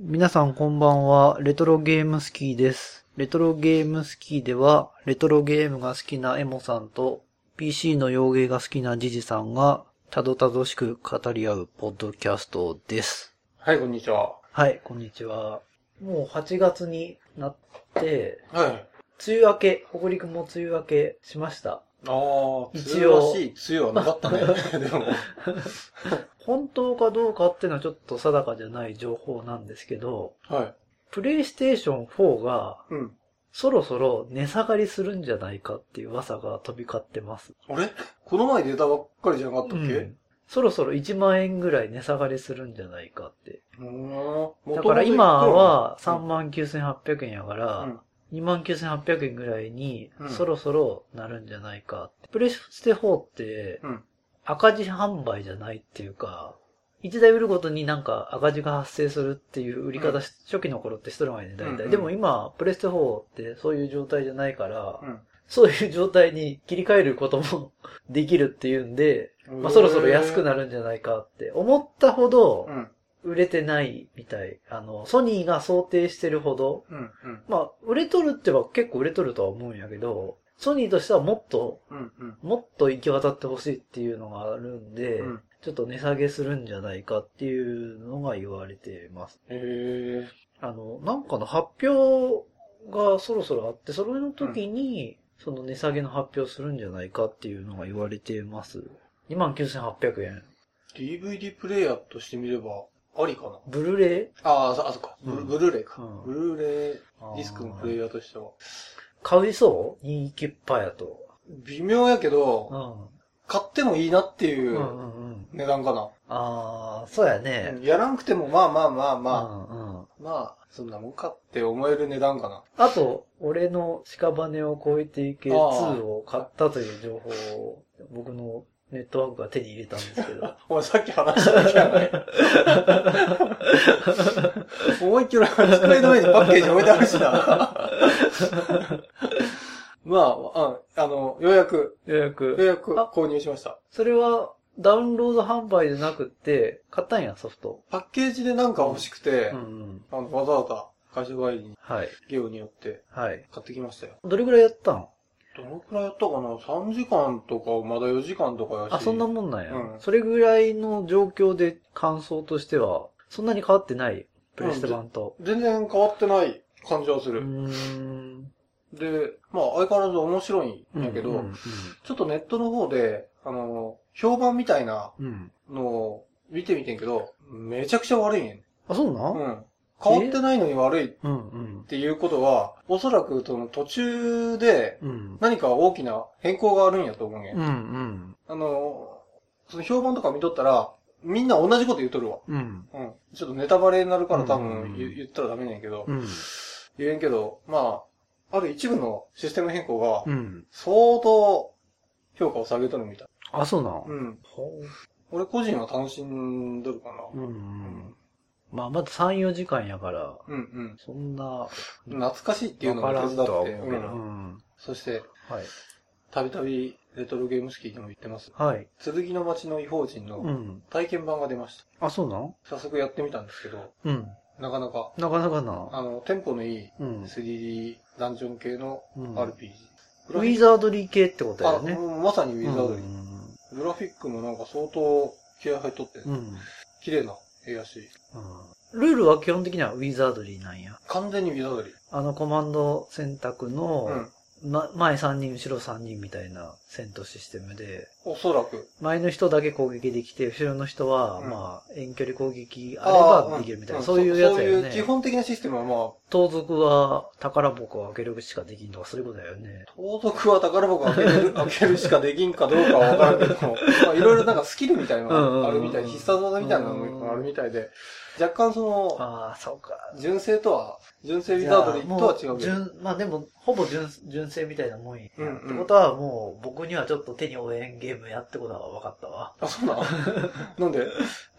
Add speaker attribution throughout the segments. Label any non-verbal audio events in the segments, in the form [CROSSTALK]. Speaker 1: 皆さんこんばんは、レトロゲームスキーです。レトロゲームスキーでは、レトロゲームが好きなエモさんと、PC の洋芸が好きなジジさんが、たどたどしく語り合うポッドキャストです。
Speaker 2: はい、こんにちは。
Speaker 1: はい、こんにちは。もう8月になって、
Speaker 2: はい。
Speaker 1: 梅雨明け、北陸も梅雨明けしました。
Speaker 2: ああ、
Speaker 1: 一
Speaker 2: 一
Speaker 1: 応
Speaker 2: 応。らしい梅雨はなかった [LAUGHS] ね。でも。
Speaker 1: 本当かどうかっていうのはちょっと定かじゃない情報なんですけど、
Speaker 2: はい。
Speaker 1: プレイステーション4が、
Speaker 2: うん。
Speaker 1: そろそろ値下がりするんじゃないかっていう噂が飛び交ってます。
Speaker 2: あれこの前出たばっかりじゃなかったっけ
Speaker 1: うんそろそろ1万円ぐらい値下がりするんじゃないかって。
Speaker 2: うーん。
Speaker 1: だから今は
Speaker 2: 元
Speaker 1: 3
Speaker 2: 々
Speaker 1: 万9800円やか
Speaker 2: いくらな
Speaker 1: ら、
Speaker 2: の
Speaker 1: 2万9800円ぐらいに
Speaker 2: うん
Speaker 1: そろそろなるんじゃないかって。プレステ4って
Speaker 2: うん。うん。
Speaker 1: 赤字販売じゃないっていうか、1台売るごとになんか赤字が発生するっていう売り方し、初期の頃ってしとるわけね、大
Speaker 2: うんう
Speaker 1: 体。
Speaker 2: ん
Speaker 1: でも今、プレステ4ってそういう状態じゃないから、
Speaker 2: うん。
Speaker 1: そういう状態に切り替えることも [LAUGHS] できるっていうんで、まあ、そろそろ安くなるんじゃないかって思ったほど
Speaker 2: うん。
Speaker 1: 売れてないみたい。あの、ソニーが想定してるほど、
Speaker 2: うん。うん。
Speaker 1: まあ、売れとるっては結構売れとるとは思うんやけど、ソニーとしてはもっと、
Speaker 2: うん。うん。
Speaker 1: もっと行き渡ってほしいっていうのがあるんで、
Speaker 2: うん。
Speaker 1: ちょっと値下げするんじゃないかっていうのが言われてます。
Speaker 2: へえ。
Speaker 1: あの、なんかの発表がそろそろあって、それの時に、その値下げの発表するんじゃないかっていうのが言われてます。29,800円。
Speaker 2: DVD プレイヤーとしてみれば、ありかな。
Speaker 1: ブルーレイ
Speaker 2: ああ、そあ、そっか。ブ
Speaker 1: う
Speaker 2: ル
Speaker 1: ん
Speaker 2: ブルーレイか
Speaker 1: うん。
Speaker 2: ブルーレイ、ディスクのプレイ
Speaker 1: イ。
Speaker 2: ヤーとしては。
Speaker 1: 買いそう人気っぱやと。
Speaker 2: 微妙やけ
Speaker 1: う
Speaker 2: ど、
Speaker 1: ん。
Speaker 2: 買ってもいいなっていううん
Speaker 1: うんうん。
Speaker 2: 値段かな。
Speaker 1: ああ、そうやね。
Speaker 2: やらんくても、まあまあまあまあ、
Speaker 1: うんうん。
Speaker 2: まあ、そんなもんかって思える値段かな。
Speaker 1: あと、俺の屍を超えていけ
Speaker 2: あー
Speaker 1: 2を買ったという情報を、僕のネットワークが手に入れたん [LAUGHS] ですけど。
Speaker 2: [LAUGHS] お前さっき話しただけやない。 [LAUGHS] 思いっきり机の上にパッケージ置いてあるし [LAUGHS] な。まあ、ああの、ようやく、
Speaker 1: 予約
Speaker 2: ようやく
Speaker 1: あ
Speaker 2: 購入しました。
Speaker 1: それはダウンロード販売じゃなくって、買ったんや、ソフト。
Speaker 2: パッケージでなんか欲しくて、
Speaker 1: うんうん。
Speaker 2: あのわざわざ会社帰りに
Speaker 1: はい。
Speaker 2: ゲームによって
Speaker 1: はい。
Speaker 2: 買ってきましたよ。
Speaker 1: どれぐらいやったん
Speaker 2: どのくらいやったかな ?3 時間とか、まだ4時間とかやし。
Speaker 1: あ、そんなもんなんや、
Speaker 2: うん
Speaker 1: それぐらいの状況で感想としては、そんなに変わってない。プレステ版と。
Speaker 2: 全然変わってない感じはす
Speaker 1: うー
Speaker 2: る。
Speaker 1: ん。
Speaker 2: で、まあ相変わらず面白いんやけど、
Speaker 1: うんうん
Speaker 2: ちょっとネットの方で、あの、評判みたいな
Speaker 1: うん。うん
Speaker 2: のを見てみてんけど、めちゃくちゃ悪いんやん。
Speaker 1: あ、そうな、
Speaker 2: うんん。変わってないのに悪いっ
Speaker 1: うんうん。
Speaker 2: ていうことは、おそらくその途中で
Speaker 1: うん。
Speaker 2: 何か大きな変更があるんやと思うんや。
Speaker 1: うんうん。
Speaker 2: あの、その評判とか見とったら、みんな同じこと言うとるわ。
Speaker 1: うん。
Speaker 2: うん。ちょっとネタバレになるから多
Speaker 1: うん
Speaker 2: 分言言ったらダメなんやけど、
Speaker 1: うん。
Speaker 2: 言えんけど、まあ、ある一部のシステム変更が
Speaker 1: う、ん。
Speaker 2: 相当評価を下げとるみたい。
Speaker 1: あ、そうなん、
Speaker 2: うん。
Speaker 1: ほ
Speaker 2: 俺個人は楽しんどるか
Speaker 1: う
Speaker 2: な。
Speaker 1: うんうん。まあ、まだ3、4時間やから、
Speaker 2: うん
Speaker 1: そんな、わ
Speaker 2: うん。懐かしいっていうの
Speaker 1: か
Speaker 2: も
Speaker 1: ら
Speaker 2: 手
Speaker 1: ん
Speaker 2: 伝っ
Speaker 1: とは
Speaker 2: て。
Speaker 1: 思うけど。
Speaker 2: う
Speaker 1: うんん。
Speaker 2: そして、
Speaker 1: はい。
Speaker 2: たびたびレトロゲームスキーでも言ってます。
Speaker 1: はい。
Speaker 2: 剣の街の異邦人
Speaker 1: う
Speaker 2: の
Speaker 1: ん。
Speaker 2: 体験版が出まし
Speaker 1: あ、そうなん
Speaker 2: た。早速やってみたんですけど、
Speaker 1: うん。
Speaker 2: なかなか、
Speaker 1: なかなかな。
Speaker 2: あの、テンポのいい
Speaker 1: うん。
Speaker 2: 3D ダンジョン系の
Speaker 1: うん
Speaker 2: RPG。
Speaker 1: ウィザードリー系ってことや
Speaker 2: あ、
Speaker 1: よね。
Speaker 2: うんまさにウィザードリー。
Speaker 1: うん
Speaker 2: グラフィックもなんか相当気合入っとって、
Speaker 1: うん。うん
Speaker 2: 綺麗な絵やし、
Speaker 1: ルールは基本的にはウィザードリーなんや。
Speaker 2: 完全にウィザードリー。
Speaker 1: あのコマンド選択の
Speaker 2: う、
Speaker 1: ま前3人、後ろ3人みたいな戦闘システムで、
Speaker 2: ん。おそらく。
Speaker 1: 前の人だけ攻撃できて、後ろの人は、
Speaker 2: うん
Speaker 1: まあ、遠距離攻撃あればできるみたいな、そういうやつやよ
Speaker 2: そういう基
Speaker 1: ね。
Speaker 2: 本的なシステムはまあ、
Speaker 1: 盗賊は宝箱を開けるしかできんとか、そういうことだよね。
Speaker 2: 盗賊は宝箱開けれる、開けるしかできんかどうかはわからんけど
Speaker 1: [LAUGHS]
Speaker 2: も、まあいろいろなんかスキルみたいなのがあるみた
Speaker 1: うんうんうん
Speaker 2: い、必殺技みたいなのがあるみたいで、若干その、
Speaker 1: ああ、そうか。
Speaker 2: 純正とは、純正ウィザードリーとは違うけ
Speaker 1: じゃあ
Speaker 2: ど、
Speaker 1: も純まあでも、ほぼ純純正みたいなもんや。
Speaker 2: うんうん
Speaker 1: ってことはもう、僕にはちょっと手に負えんゲームやってことが分かったわ。
Speaker 2: あ、そうなんなんで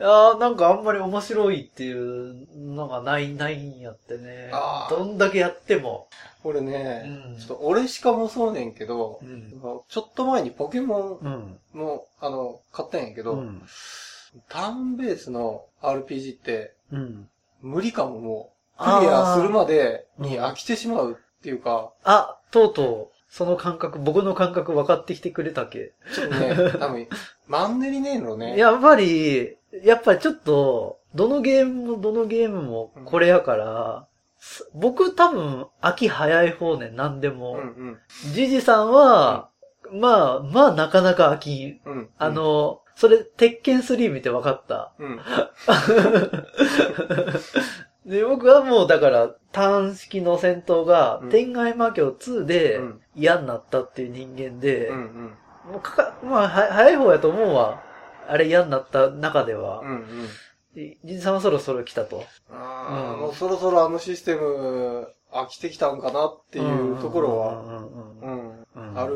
Speaker 1: ああ、なんかあんまり面白いっていうのがない、ないんやってね
Speaker 2: あ。ー
Speaker 1: どんだけやっても。
Speaker 2: 俺
Speaker 1: う
Speaker 2: ね、
Speaker 1: ん
Speaker 2: ちょっと俺しかもそうねんけど
Speaker 1: う、ん。
Speaker 2: ちょっと前にポケモ
Speaker 1: うん。
Speaker 2: ンの、あの、買ったんやけ
Speaker 1: う
Speaker 2: ど、
Speaker 1: ん。
Speaker 2: ターンベースの RPG って
Speaker 1: うん。
Speaker 2: 無理かももクリアするまでに飽きてしまうっていうか、
Speaker 1: あ、とうとう、その感覚、僕の感覚分かってきてくれたけ。
Speaker 2: ちょっ
Speaker 1: [LAUGHS]
Speaker 2: とね、多分、マンネリねえのね。
Speaker 1: やっぱり、やっぱりちょっと、どのゲームもどのゲームもこれやから、す僕多分、飽き早い方ね、何で
Speaker 2: う
Speaker 1: も。
Speaker 2: ん
Speaker 1: ジジさんは、まあ、まあなかなか飽きん。
Speaker 2: うん。うん。
Speaker 1: あ、の、それ、鉄拳3見て分かった。
Speaker 2: うん。
Speaker 1: で、僕はもうだから、ターン式の戦闘が
Speaker 2: う、ん
Speaker 1: 天外魔境2で
Speaker 2: うん
Speaker 1: 嫌になったっていう人間で、
Speaker 2: うんうん。
Speaker 1: もうかか、まあ、は早い方やと思うわ。あれ嫌になった中では
Speaker 2: う。んうん。
Speaker 1: じじさんはそろそろ来たと。
Speaker 2: あ
Speaker 1: う
Speaker 2: あ、
Speaker 1: ん
Speaker 2: もうそろそろあのシステム飽きてきたんかなっていうところ
Speaker 1: うん
Speaker 2: は、う
Speaker 1: うん
Speaker 2: ん、
Speaker 1: うんうん、
Speaker 2: ある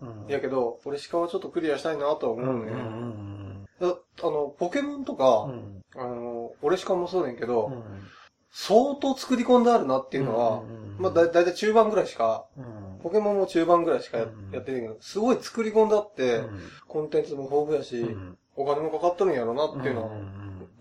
Speaker 1: うん、
Speaker 2: やけど、俺しかはちょっとクリアしたいなとは
Speaker 1: うんう
Speaker 2: 思うんね
Speaker 1: う。ん
Speaker 2: だあの、ポケモンと
Speaker 1: うん。う
Speaker 2: か、
Speaker 1: ん
Speaker 2: あの、俺しかもそうねんけど、
Speaker 1: ん。っ
Speaker 2: 相当作り込んであるなってていうのは、、まあだ、だいたい中盤ぐらいしか、ポケモンも中盤ぐらいしかや
Speaker 1: うん
Speaker 2: やってないけど、すごい作り込んであって、
Speaker 1: う
Speaker 2: コンテンツも豊富やし、
Speaker 1: ん、
Speaker 2: お金もかかっとるんやろなっていうの
Speaker 1: ん
Speaker 2: は、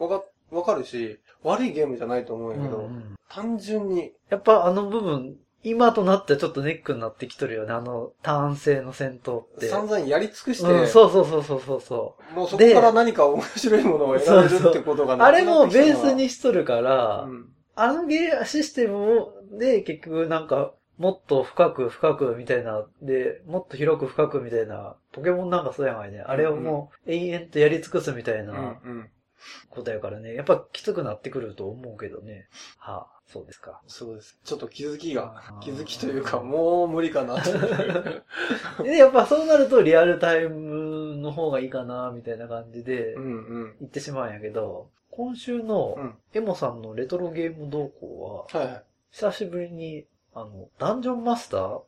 Speaker 1: ん
Speaker 2: わか、わかるし、悪いゲームじゃないと思うん
Speaker 1: う
Speaker 2: やけ
Speaker 1: ん
Speaker 2: ど、
Speaker 1: うん
Speaker 2: 単純に、
Speaker 1: やっぱあの部分、今となってはちょっとネックになってきとるよね、あの、単性の戦闘って。
Speaker 2: 散々やり尽くして、
Speaker 1: うん、そうそうそうそうそうそう。
Speaker 2: もうそこから何か面白いものを得られるってことがな
Speaker 1: あ
Speaker 2: くな
Speaker 1: れも
Speaker 2: ってきたのは
Speaker 1: ベース、にしとるから、
Speaker 2: うん
Speaker 1: あのゲーシステムをで結局なんか、もっと深く深くみたいな、で、もっと広く深くみたいな、ポケモンなんかそうやがいね。あれをもう永遠とやり尽くすみたい
Speaker 2: うん
Speaker 1: な
Speaker 2: うん。
Speaker 1: ことやからね。やっぱきつくなってくると思うけどね。はあ、そうですか。
Speaker 2: そうです。ちょっと気づきが
Speaker 1: あー、
Speaker 2: 気づきというか、もう無理かな
Speaker 1: [LAUGHS]
Speaker 2: という。
Speaker 1: で、やっぱそうなるとリアルタイムの方がいいかな、みたいな感じで
Speaker 2: うんうん。
Speaker 1: 言ってしまうんやけど、今週の
Speaker 2: うん。
Speaker 1: エモさんのレトロゲーム動向は、
Speaker 2: はいはい。
Speaker 1: 久しぶりに、あの、ダンジョンマスター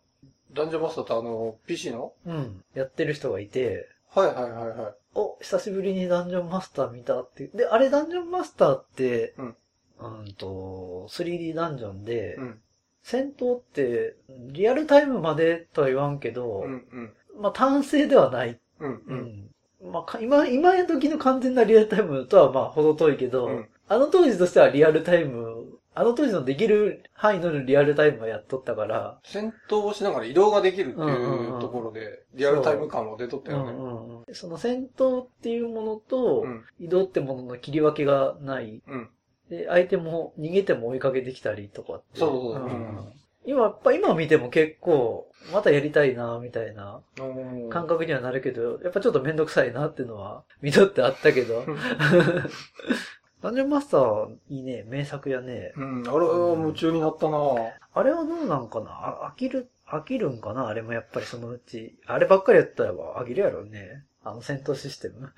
Speaker 2: ダンジョンマスターってあの、PC の
Speaker 1: うん。やってる人がいて、
Speaker 2: はいはいはいはい。
Speaker 1: お、久しぶりにダンジョンマスター見たって。で、あれダンジョンマスターって、
Speaker 2: うん。
Speaker 1: うんと、3D ダンジョンで、
Speaker 2: うん。
Speaker 1: 戦闘って、リアルタイムまでとは言わんけど、
Speaker 2: うんうん。
Speaker 1: まあ、単性ではない。
Speaker 2: うんう。
Speaker 1: うんん。まあか、今、今の時の完全なリアルタイムとはまあ、程遠いけど、
Speaker 2: うん
Speaker 1: あの当時としてはリアルタイム、あの当時のできる範囲のリアルタイムはやっとったから、
Speaker 2: 戦闘をしながら移動ができるって
Speaker 1: ん
Speaker 2: い
Speaker 1: うんう
Speaker 2: うんところで、リアルタイム感も出とったよね。
Speaker 1: うんうん、その戦闘っていうものと、
Speaker 2: うん
Speaker 1: 移動ってものの切り分けがない。
Speaker 2: うん。
Speaker 1: で、相手も逃げても追いかけてきたりとかって。
Speaker 2: そうそうそう
Speaker 1: うん今、やっぱ今見ても結構、またやりたいな、みたいな
Speaker 2: うん
Speaker 1: 感覚にはなるけど、やっぱちょっとめんどくさいなっていうのは、見とってあったけ
Speaker 2: [LAUGHS]
Speaker 1: ど。ダンジョンマスター、いいね、名作やね。
Speaker 2: うん。あれは夢中になったなぁ。
Speaker 1: あれはどうなんかなあ飽きる、飽きるんかなあれもやっぱりそのうち。あればっかりやったら飽きるやろうね。あの戦闘システム。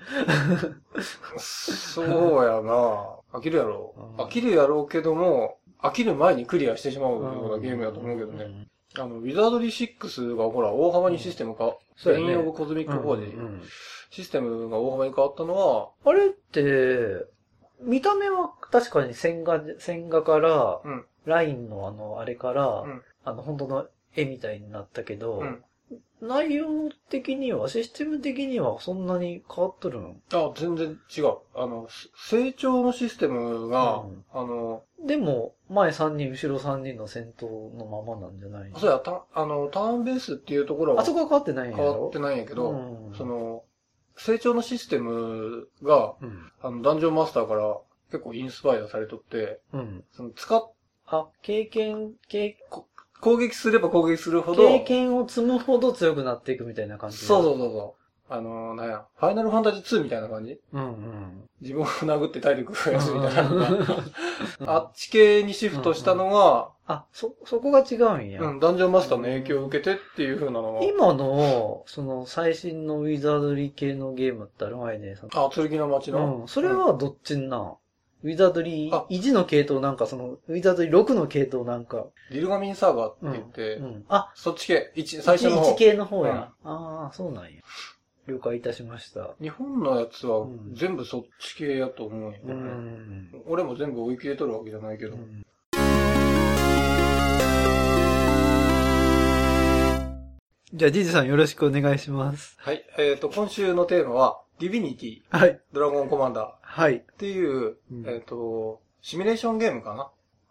Speaker 2: そうやな飽きるやろ
Speaker 1: うん。
Speaker 2: 飽きるやろうけども、飽きる前にクリアしてしまうようなゲームやと思うけど
Speaker 1: ん
Speaker 2: ね。。あの、ウィザードリー6がほら、大幅にシステムが、
Speaker 1: そうや
Speaker 2: レイ
Speaker 1: ね
Speaker 2: ンオブコズミック工事、
Speaker 1: うんうんうん
Speaker 2: システムが大幅に変わったのは、
Speaker 1: あれって、見た目は確かに線画、線画から、
Speaker 2: うん
Speaker 1: ラインのあの、あれから、
Speaker 2: うん
Speaker 1: あの、本当の絵みたいになったけど、
Speaker 2: うん
Speaker 1: 内容的には、システム的にはそんなに変わっとるの
Speaker 2: あ、全然違う。あの、す成長のシステムが、
Speaker 1: うん
Speaker 2: あの、
Speaker 1: でも、前3人、後ろ3人の戦闘のままなんじゃないの
Speaker 2: そうや、た、あの、ターンベースっていうところ
Speaker 1: あ
Speaker 2: は
Speaker 1: そこは変わってないんや
Speaker 2: 変わ
Speaker 1: ろ
Speaker 2: ってないんやけど、
Speaker 1: うん
Speaker 2: その、成長のシステムが、
Speaker 1: うん。
Speaker 2: あの、ダンジョンマスターから結構インスパイアされとって、
Speaker 1: うん。
Speaker 2: その、使っ、
Speaker 1: あ、経験、経
Speaker 2: 攻撃すれば攻撃するほど、
Speaker 1: 経験を積むほど強くなっていくみたいな感じ。
Speaker 2: そうそううそうそう。あのなんや、ファイナルファンタジー2みたいな感じ
Speaker 1: うんうん。
Speaker 2: 自分を殴って体力増やすみたいな
Speaker 1: うん
Speaker 2: のが。 [LAUGHS] あ
Speaker 1: [LAUGHS]
Speaker 2: っち系にシフトしたのが、
Speaker 1: あ、そ、そこが違うんや。
Speaker 2: うん、ダンジョンマスターの影響を受けてっていう風なのは、
Speaker 1: 今の、その最新のウィザードリー系のゲームってあるわいね。そ
Speaker 2: あ、剣の街
Speaker 1: の
Speaker 2: の。
Speaker 1: うん。それはどっちんなんウィザードリー
Speaker 2: あ
Speaker 1: 1の系統なんか、その、ウィザードリー6の系統なんか。
Speaker 2: リルガミンサーガーって言って、
Speaker 1: うん。あ、
Speaker 2: そっち系、一最初の
Speaker 1: 1
Speaker 2: 方。
Speaker 1: 系の方や。ああ、そうなんや。了解いたしました。
Speaker 2: 日本のやつは
Speaker 1: うん
Speaker 2: 全部そっち系やと思うんよね。
Speaker 1: うん。
Speaker 2: 俺も全部追い切れとるわけじゃないけど。
Speaker 1: じゃあ、ジジさんよろしくお願いします。
Speaker 2: はい。えっ、と、今週のテーマは、ディビニティ、
Speaker 1: はい。
Speaker 2: ドラゴンコマンダーっ
Speaker 1: はい。
Speaker 2: ていう、
Speaker 1: うん
Speaker 2: えっ、と、シミュレーションゲームか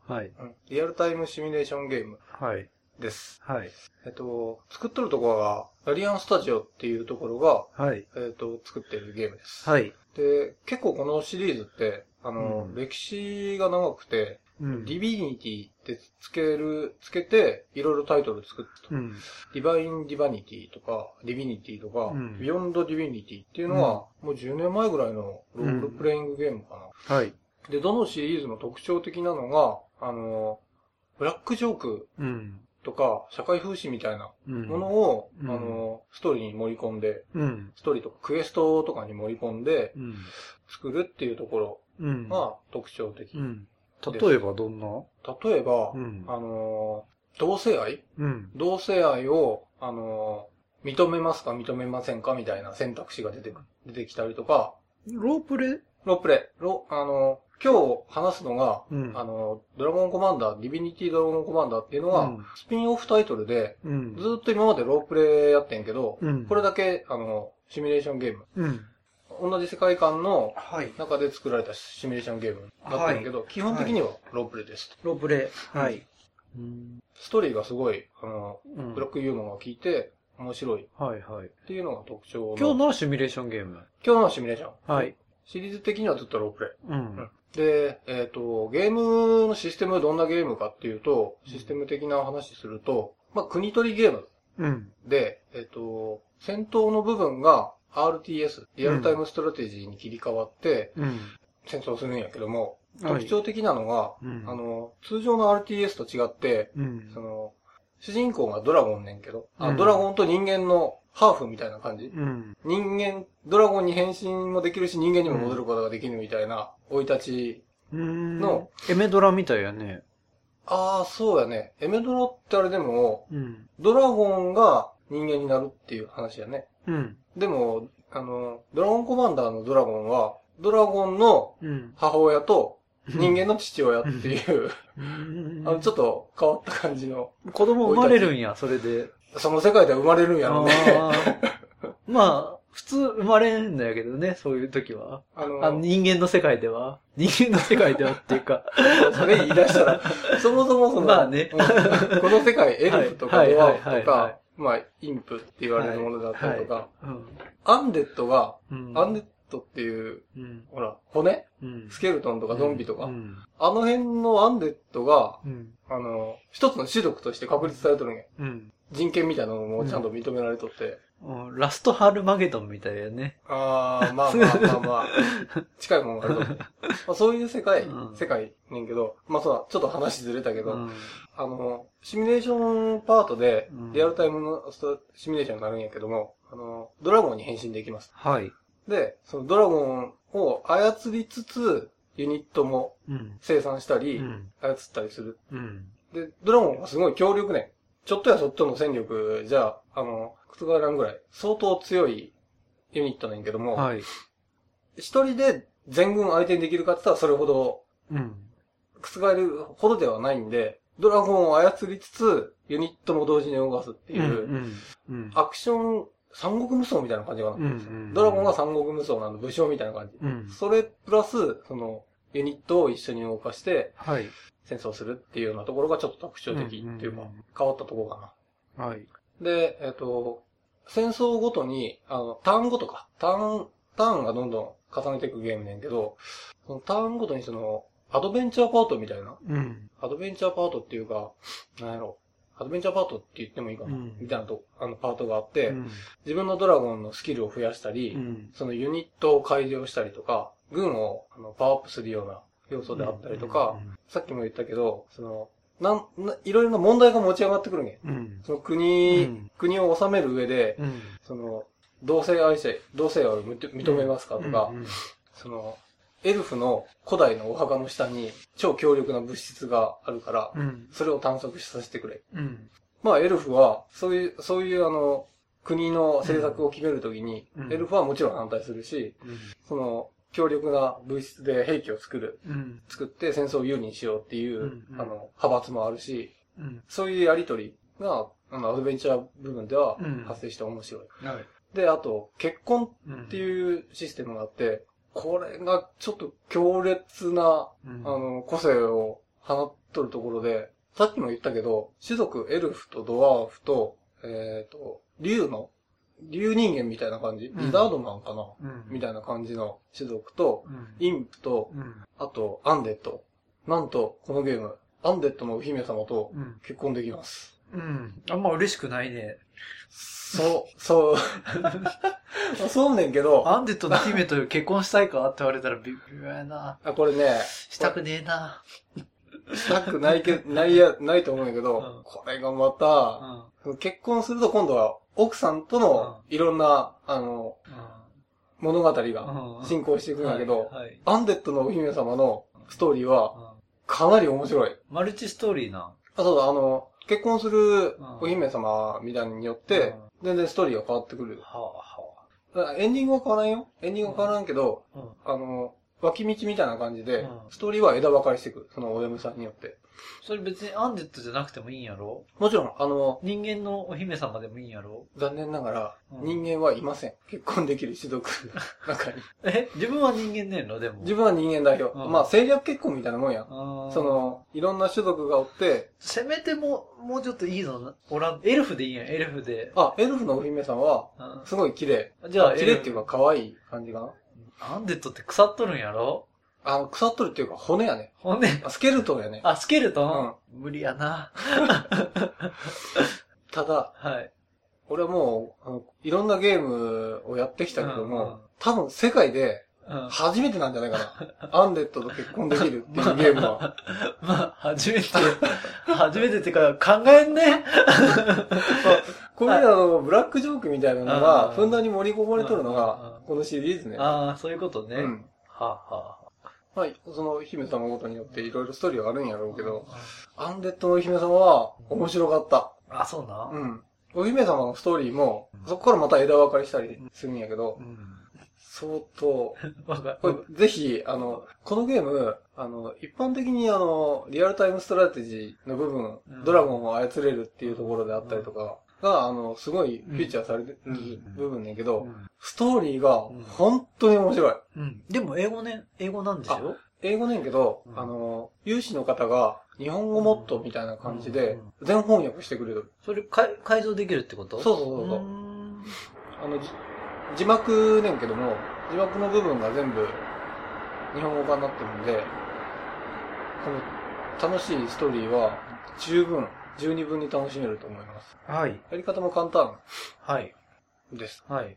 Speaker 2: な
Speaker 1: はい。
Speaker 2: うんリアルタイムシミュレーションゲーム
Speaker 1: はい。
Speaker 2: です。
Speaker 1: はい。
Speaker 2: えっと、作っとるところが、ラリアンスタジオっていうところが、
Speaker 1: はい。
Speaker 2: えっと、作ってるゲームです。
Speaker 1: はい。
Speaker 2: で、結構このシリーズって、あの、
Speaker 1: うん
Speaker 2: 歴史が長くて、
Speaker 1: うん。
Speaker 2: ディビニティってつける、つけて、いろいろタイトル作ってた。
Speaker 1: うん。
Speaker 2: ディバイン・ディバニティとか、ディビニティとか、
Speaker 1: うん
Speaker 2: ビヨンド・ディビニティっていうのは、もう10年前ぐらいのロールプレイングゲームかな。
Speaker 1: はい。
Speaker 2: で、どのシリーズも特徴的なのが、あの、ブラックジョーク
Speaker 1: うん。
Speaker 2: とか、社会風刺みたいな
Speaker 1: うん。
Speaker 2: ものを、
Speaker 1: うん
Speaker 2: あの、ストーリーに盛り込んで、
Speaker 1: うん。
Speaker 2: ストーリーとかクエストとかに盛り込んで
Speaker 1: うん。
Speaker 2: 作るっていうところ
Speaker 1: うん。
Speaker 2: が特徴的。
Speaker 1: うん。例えばどんな
Speaker 2: 例えば、
Speaker 1: うん
Speaker 2: あの、同性愛
Speaker 1: うん。
Speaker 2: 同性愛を、あの、認めますか認めませんかみたいな選択肢が出てく、出てきたりとか、
Speaker 1: ロープレ
Speaker 2: ロープレイ、ロ、あの、今日話すのが、
Speaker 1: うん
Speaker 2: あの、ドラゴンコマンダー、ディビニティドラゴンコマンダーっていうのは、
Speaker 1: うん
Speaker 2: スピンオフタイトルで、
Speaker 1: うん。
Speaker 2: ずーっと今までロープレイやってんけど、
Speaker 1: うん
Speaker 2: これだけ、あの、シミュレーションゲーム。
Speaker 1: うん。
Speaker 2: 同じ世界観の
Speaker 1: はい。
Speaker 2: 中で作られたシミュレーションゲームだってんけど、基本的にはロープレイです。
Speaker 1: ロープレイ。
Speaker 2: は
Speaker 1: はいい。うん。
Speaker 2: ストーリーがすごい、あの、
Speaker 1: うん
Speaker 2: ブラックユーモアが効いて、面白いっ
Speaker 1: はいはい。
Speaker 2: ていうのが特徴の
Speaker 1: 今日のシミュレーションゲーム。
Speaker 2: 今日のシミュレーション。
Speaker 1: はい。
Speaker 2: シリーズ的にはずっとロープレイ。
Speaker 1: うん。
Speaker 2: で、えっ、と、ゲームのシステムどんなゲームかっていうと、システム的な話すると、まあ、国取りゲーム
Speaker 1: うん。
Speaker 2: で、えっ、と、戦闘の部分が RTS、リアルタイムストラテジーに切り替わって
Speaker 1: うん。
Speaker 2: 戦争するんやけども、
Speaker 1: はい
Speaker 2: 特徴的なのが、
Speaker 1: うん
Speaker 2: あの、通常の RTS と違って、
Speaker 1: うん
Speaker 2: そ。の、主人公がドラゴンねんけど、あ
Speaker 1: うん
Speaker 2: ドラゴンと人間のハーフみたいな感じ。
Speaker 1: うん。
Speaker 2: 人間、ドラゴンに変身もできるし、人間にも戻ることができるみたいな、生い立ち。
Speaker 1: うん。
Speaker 2: の、
Speaker 1: エメドラみたいやね。
Speaker 2: ああ、そうやね。エメドラってあれでも、
Speaker 1: うん。
Speaker 2: ドラゴンが人間になるっていう話やね。
Speaker 1: うん。
Speaker 2: でも、あの、ドラゴンコマンダーのドラゴンは、ドラゴンの
Speaker 1: うん。
Speaker 2: 母親と人間の父親っていう、あの、ちょっと変わった感じの、
Speaker 1: 子供生まれるんや、それで。
Speaker 2: その世界では生まれるんやろうね。
Speaker 1: あーまあ、普通生まれるんだけどね、そういう時は。
Speaker 2: [LAUGHS] あの、
Speaker 1: あの人間の世界では。人間の世界ではっていうか。
Speaker 2: それ言い出したら、そもそもその、
Speaker 1: まあね
Speaker 2: うんこの世界エルフとか
Speaker 1: はい
Speaker 2: ドワーフ
Speaker 1: はい
Speaker 2: と
Speaker 1: はいは
Speaker 2: か
Speaker 1: い、
Speaker 2: まあ、インプって [LAUGHS] 言われるものだったりとか、
Speaker 1: うん
Speaker 2: アンデッドが、
Speaker 1: うん
Speaker 2: アンデッドっていう、
Speaker 1: うん
Speaker 2: ほら、骨
Speaker 1: うん
Speaker 2: スケルトンとかゾンビとか、
Speaker 1: うん
Speaker 2: あの辺のアンデッドが、
Speaker 1: うん。
Speaker 2: あの、一つの種族として確立されとるんや。
Speaker 1: うん。
Speaker 2: 人権みたいなのもちゃんと認められとって。
Speaker 1: うんラストハルマゲドンみたいやね。
Speaker 2: あ
Speaker 1: [LAUGHS]
Speaker 2: あ、まあまあまあまあ、近いもんがあると思う。まあ、そういう世界、
Speaker 1: うん
Speaker 2: 世界ねんけど、まあそうだ、ちょっと話ずれたけど、
Speaker 1: うん
Speaker 2: あの、シミュレーションパートで
Speaker 1: うん、
Speaker 2: リアルタイムのストシミュレーションになるんやけども、あの、ドラゴンに変身できます。
Speaker 1: はい。
Speaker 2: で、そのドラゴンを操りつつ、ユニットも
Speaker 1: うん。
Speaker 2: 生産した
Speaker 1: う
Speaker 2: り、
Speaker 1: ん。
Speaker 2: 操ったりする。
Speaker 1: うん。
Speaker 2: で、ドラゴンはすごい強力ね。ちょっとやそっとの戦力じゃ、あの、覆らんぐらい、相当強いユニットなんやけども、
Speaker 1: はい。
Speaker 2: 一、人で全軍相手にできるかって言ったらそれほど
Speaker 1: うん。
Speaker 2: 覆るほどではないんで、ドラゴンを操りつつ、ユニットも同時に動かすって
Speaker 1: う
Speaker 2: い
Speaker 1: ん
Speaker 2: う、
Speaker 1: うん。
Speaker 2: アクション、三国無双みたいな感じかな。
Speaker 1: うんうん
Speaker 2: ドラゴンが三国無双なんで武将みたいな感じ。
Speaker 1: うん。
Speaker 2: それプラス、その、ユニットを一緒に動かして
Speaker 1: はい。
Speaker 2: 戦争するっていうようなところがちょっと特徴的っていうか、
Speaker 1: うんうんうん
Speaker 2: 変わったところかな。
Speaker 1: はい。
Speaker 2: で、えっ、と、戦争ごとに、あの、ターンごとか、ターン、ターンがどんどん重ねていくゲームねんけど、そのターンごとにその、アドベンチャーパートみたいな、
Speaker 1: うん。
Speaker 2: アドベンチャーパートっていうか、なんやろ、アドベンチャーパートって言ってもいいかな、
Speaker 1: うん
Speaker 2: みたいなと、あの、パートがあって、
Speaker 1: うん
Speaker 2: 自分のドラゴンのスキルを増やしたり、
Speaker 1: うん。
Speaker 2: そのユニットを改良したりとか、軍をあのパワーアップするような要素であったりとか、さっきも言ったけど、その、なん、ないろいろな問題が持ち上がってくるんや。
Speaker 1: うん。うん。
Speaker 2: その国、
Speaker 1: うん
Speaker 2: 国を治める上で、
Speaker 1: うん。
Speaker 2: その、同性愛者、同性愛を認認めますかとか、
Speaker 1: うんうん
Speaker 2: その、エルフの古代のお墓の下に超強力な物質があるから、
Speaker 1: うん。
Speaker 2: それを探索させてくれ。
Speaker 1: うん。
Speaker 2: まあ、エルフは、そういう、そういうあの、国の政策を決めるときに、
Speaker 1: うん
Speaker 2: エルフはもちろん反対するし、その、強力な物質で兵器を作る、
Speaker 1: うん。
Speaker 2: 作って戦争を有利にしようっていう、
Speaker 1: うんうん
Speaker 2: あの、派閥もあるし、
Speaker 1: うん。
Speaker 2: そういうやりとりが、あの、アドベンチャー部分では
Speaker 1: うん
Speaker 2: 発生して面白い。
Speaker 1: はい。
Speaker 2: で、あと、結婚
Speaker 1: うん。
Speaker 2: っていうシステムがあって、これがちょっと強烈な、
Speaker 1: うん、
Speaker 2: あの、個性を放っとるところで、さっきも言ったけど、種族エルフとドワーフと、えっ、と、竜の、竜人間みたいな感じ、
Speaker 1: ん
Speaker 2: リザードマンかな、
Speaker 1: うん。
Speaker 2: みたいな感じの種族と、
Speaker 1: うん。
Speaker 2: インプと、
Speaker 1: うん。
Speaker 2: あと、アンデッド。なんと、このゲーム、アンデッドのお姫様と
Speaker 1: うん。
Speaker 2: 結婚できます。
Speaker 1: うん。あんま嬉しくないね。
Speaker 2: そう、そう。 [LAUGHS] まあそうねんけど、
Speaker 1: アンデッドの姫と結婚したいかって言われたらびっくりやな。
Speaker 2: あ、これね、
Speaker 1: したくねえな。
Speaker 2: したくないけ、ないや、ないと思うんだけど、
Speaker 1: うん
Speaker 2: これがま
Speaker 1: うん。
Speaker 2: た、
Speaker 1: うん。
Speaker 2: 結婚すると今度は奥さんとのいろんな、あの、物語が
Speaker 1: うん
Speaker 2: 進行していくんだけど、
Speaker 1: はいはい
Speaker 2: アンデッドのお姫様のストーリーは
Speaker 1: うん
Speaker 2: かなり面白い。
Speaker 1: マルチストーリーな。
Speaker 2: あ、そうだ、あの、結婚するお姫様みたいによって、全然ストーリーが変わってくる。
Speaker 1: はあは
Speaker 2: だからエンディングは変わらんよ。エンディングは変わらんけど、
Speaker 1: あ。うん。
Speaker 2: あの、脇道みたいな感じで、
Speaker 1: うん
Speaker 2: ストーリーは枝分かれしていく。そのお嫁さんによって。
Speaker 1: それ別にアンデッドじゃなくてもいいんやろ
Speaker 2: もちろん、あの、
Speaker 1: 人間のお姫様でもいいんやろ
Speaker 2: 残念ながら、
Speaker 1: うん
Speaker 2: 人間はいません。結婚できる
Speaker 1: [LAUGHS]
Speaker 2: 種族の中に。
Speaker 1: え自分は人間ねえのでも。
Speaker 2: 自分は人間代表。
Speaker 1: うん
Speaker 2: まあ、政略結婚みたいなもんや。
Speaker 1: あー
Speaker 2: そ、の、いろんな種族がおって、
Speaker 1: せめても、もうちょっといいのなおらん、エルフでいいやん、エルフで。
Speaker 2: あ、エルフのお姫さんは、
Speaker 1: う
Speaker 2: すごい綺麗。
Speaker 1: んじゃあ、
Speaker 2: 綺
Speaker 1: エ
Speaker 2: 麗
Speaker 1: ル
Speaker 2: っていう
Speaker 1: フ。
Speaker 2: か可愛い感じかな。
Speaker 1: アンデッドって腐っとるんやろ
Speaker 2: あの、腐っとるっていうか骨やね。
Speaker 1: ほんで、
Speaker 2: あスケルトンやね。
Speaker 1: あ、スケルトン、無理やな。
Speaker 2: ただ、
Speaker 1: はい。
Speaker 2: 俺はもうあの、いろんなゲームをやってきたけども、
Speaker 1: うんうん
Speaker 2: 多分世界で
Speaker 1: うん。ま
Speaker 2: 初めてなんじゃないかな。アンデッドと結婚できるっていうゲー
Speaker 1: [LAUGHS]
Speaker 2: ムは。
Speaker 1: あ、初めて、初めてってか、考えんね。
Speaker 2: これらのブラックジョークみたいなの
Speaker 1: う
Speaker 2: が、
Speaker 1: ん
Speaker 2: ふんだんに盛り込まれとるの
Speaker 1: うんうんう
Speaker 2: が
Speaker 1: ん、
Speaker 2: このシリーズね。
Speaker 1: ああ、そういうことね。
Speaker 2: う
Speaker 1: は
Speaker 2: ん。
Speaker 1: あは
Speaker 2: まあ、その、姫様ごとによっていろいろストーリーはあるんや
Speaker 1: あ
Speaker 2: ろうけ
Speaker 1: う
Speaker 2: ど、。
Speaker 1: ん
Speaker 2: アンデッドのお姫様は面白かった。
Speaker 1: あ、そうな。
Speaker 2: うん。お姫様のストーリーも
Speaker 1: う、ん
Speaker 2: そこからまた枝分かれしたりするんやけど
Speaker 1: う、ん。
Speaker 2: 相当、
Speaker 1: わか
Speaker 2: こ
Speaker 1: [LAUGHS]
Speaker 2: れ、ぜひ、あの、このゲーム、あの、一般的にあの、リアルタイムストラテジーの部分、
Speaker 1: うん
Speaker 2: ドラゴンを操れるっていうところであったりとか、が、あの、すごいフィーチャーされてる
Speaker 1: うん
Speaker 2: 部分だけど、
Speaker 1: うん
Speaker 2: ストーリーが
Speaker 1: うん
Speaker 2: 本当に面白い。
Speaker 1: うん。でも英語ね、英語なんですよ。
Speaker 2: 英語ねんけど、
Speaker 1: うん
Speaker 2: あの、有志の方が日本語モットーみたいな感じ
Speaker 1: う
Speaker 2: で
Speaker 1: んうん、
Speaker 2: 全翻訳してくれる。
Speaker 1: それかい改造できるってこと
Speaker 2: そうそうそうそう
Speaker 1: ーん
Speaker 2: あの、じ字幕ねんけども、字幕の部分が全部日本語化になってるんで、この楽しいストーリーは十分、十二分に楽しめると思います。
Speaker 1: はい。
Speaker 2: やり方も簡単
Speaker 1: はい。
Speaker 2: です。
Speaker 1: はい。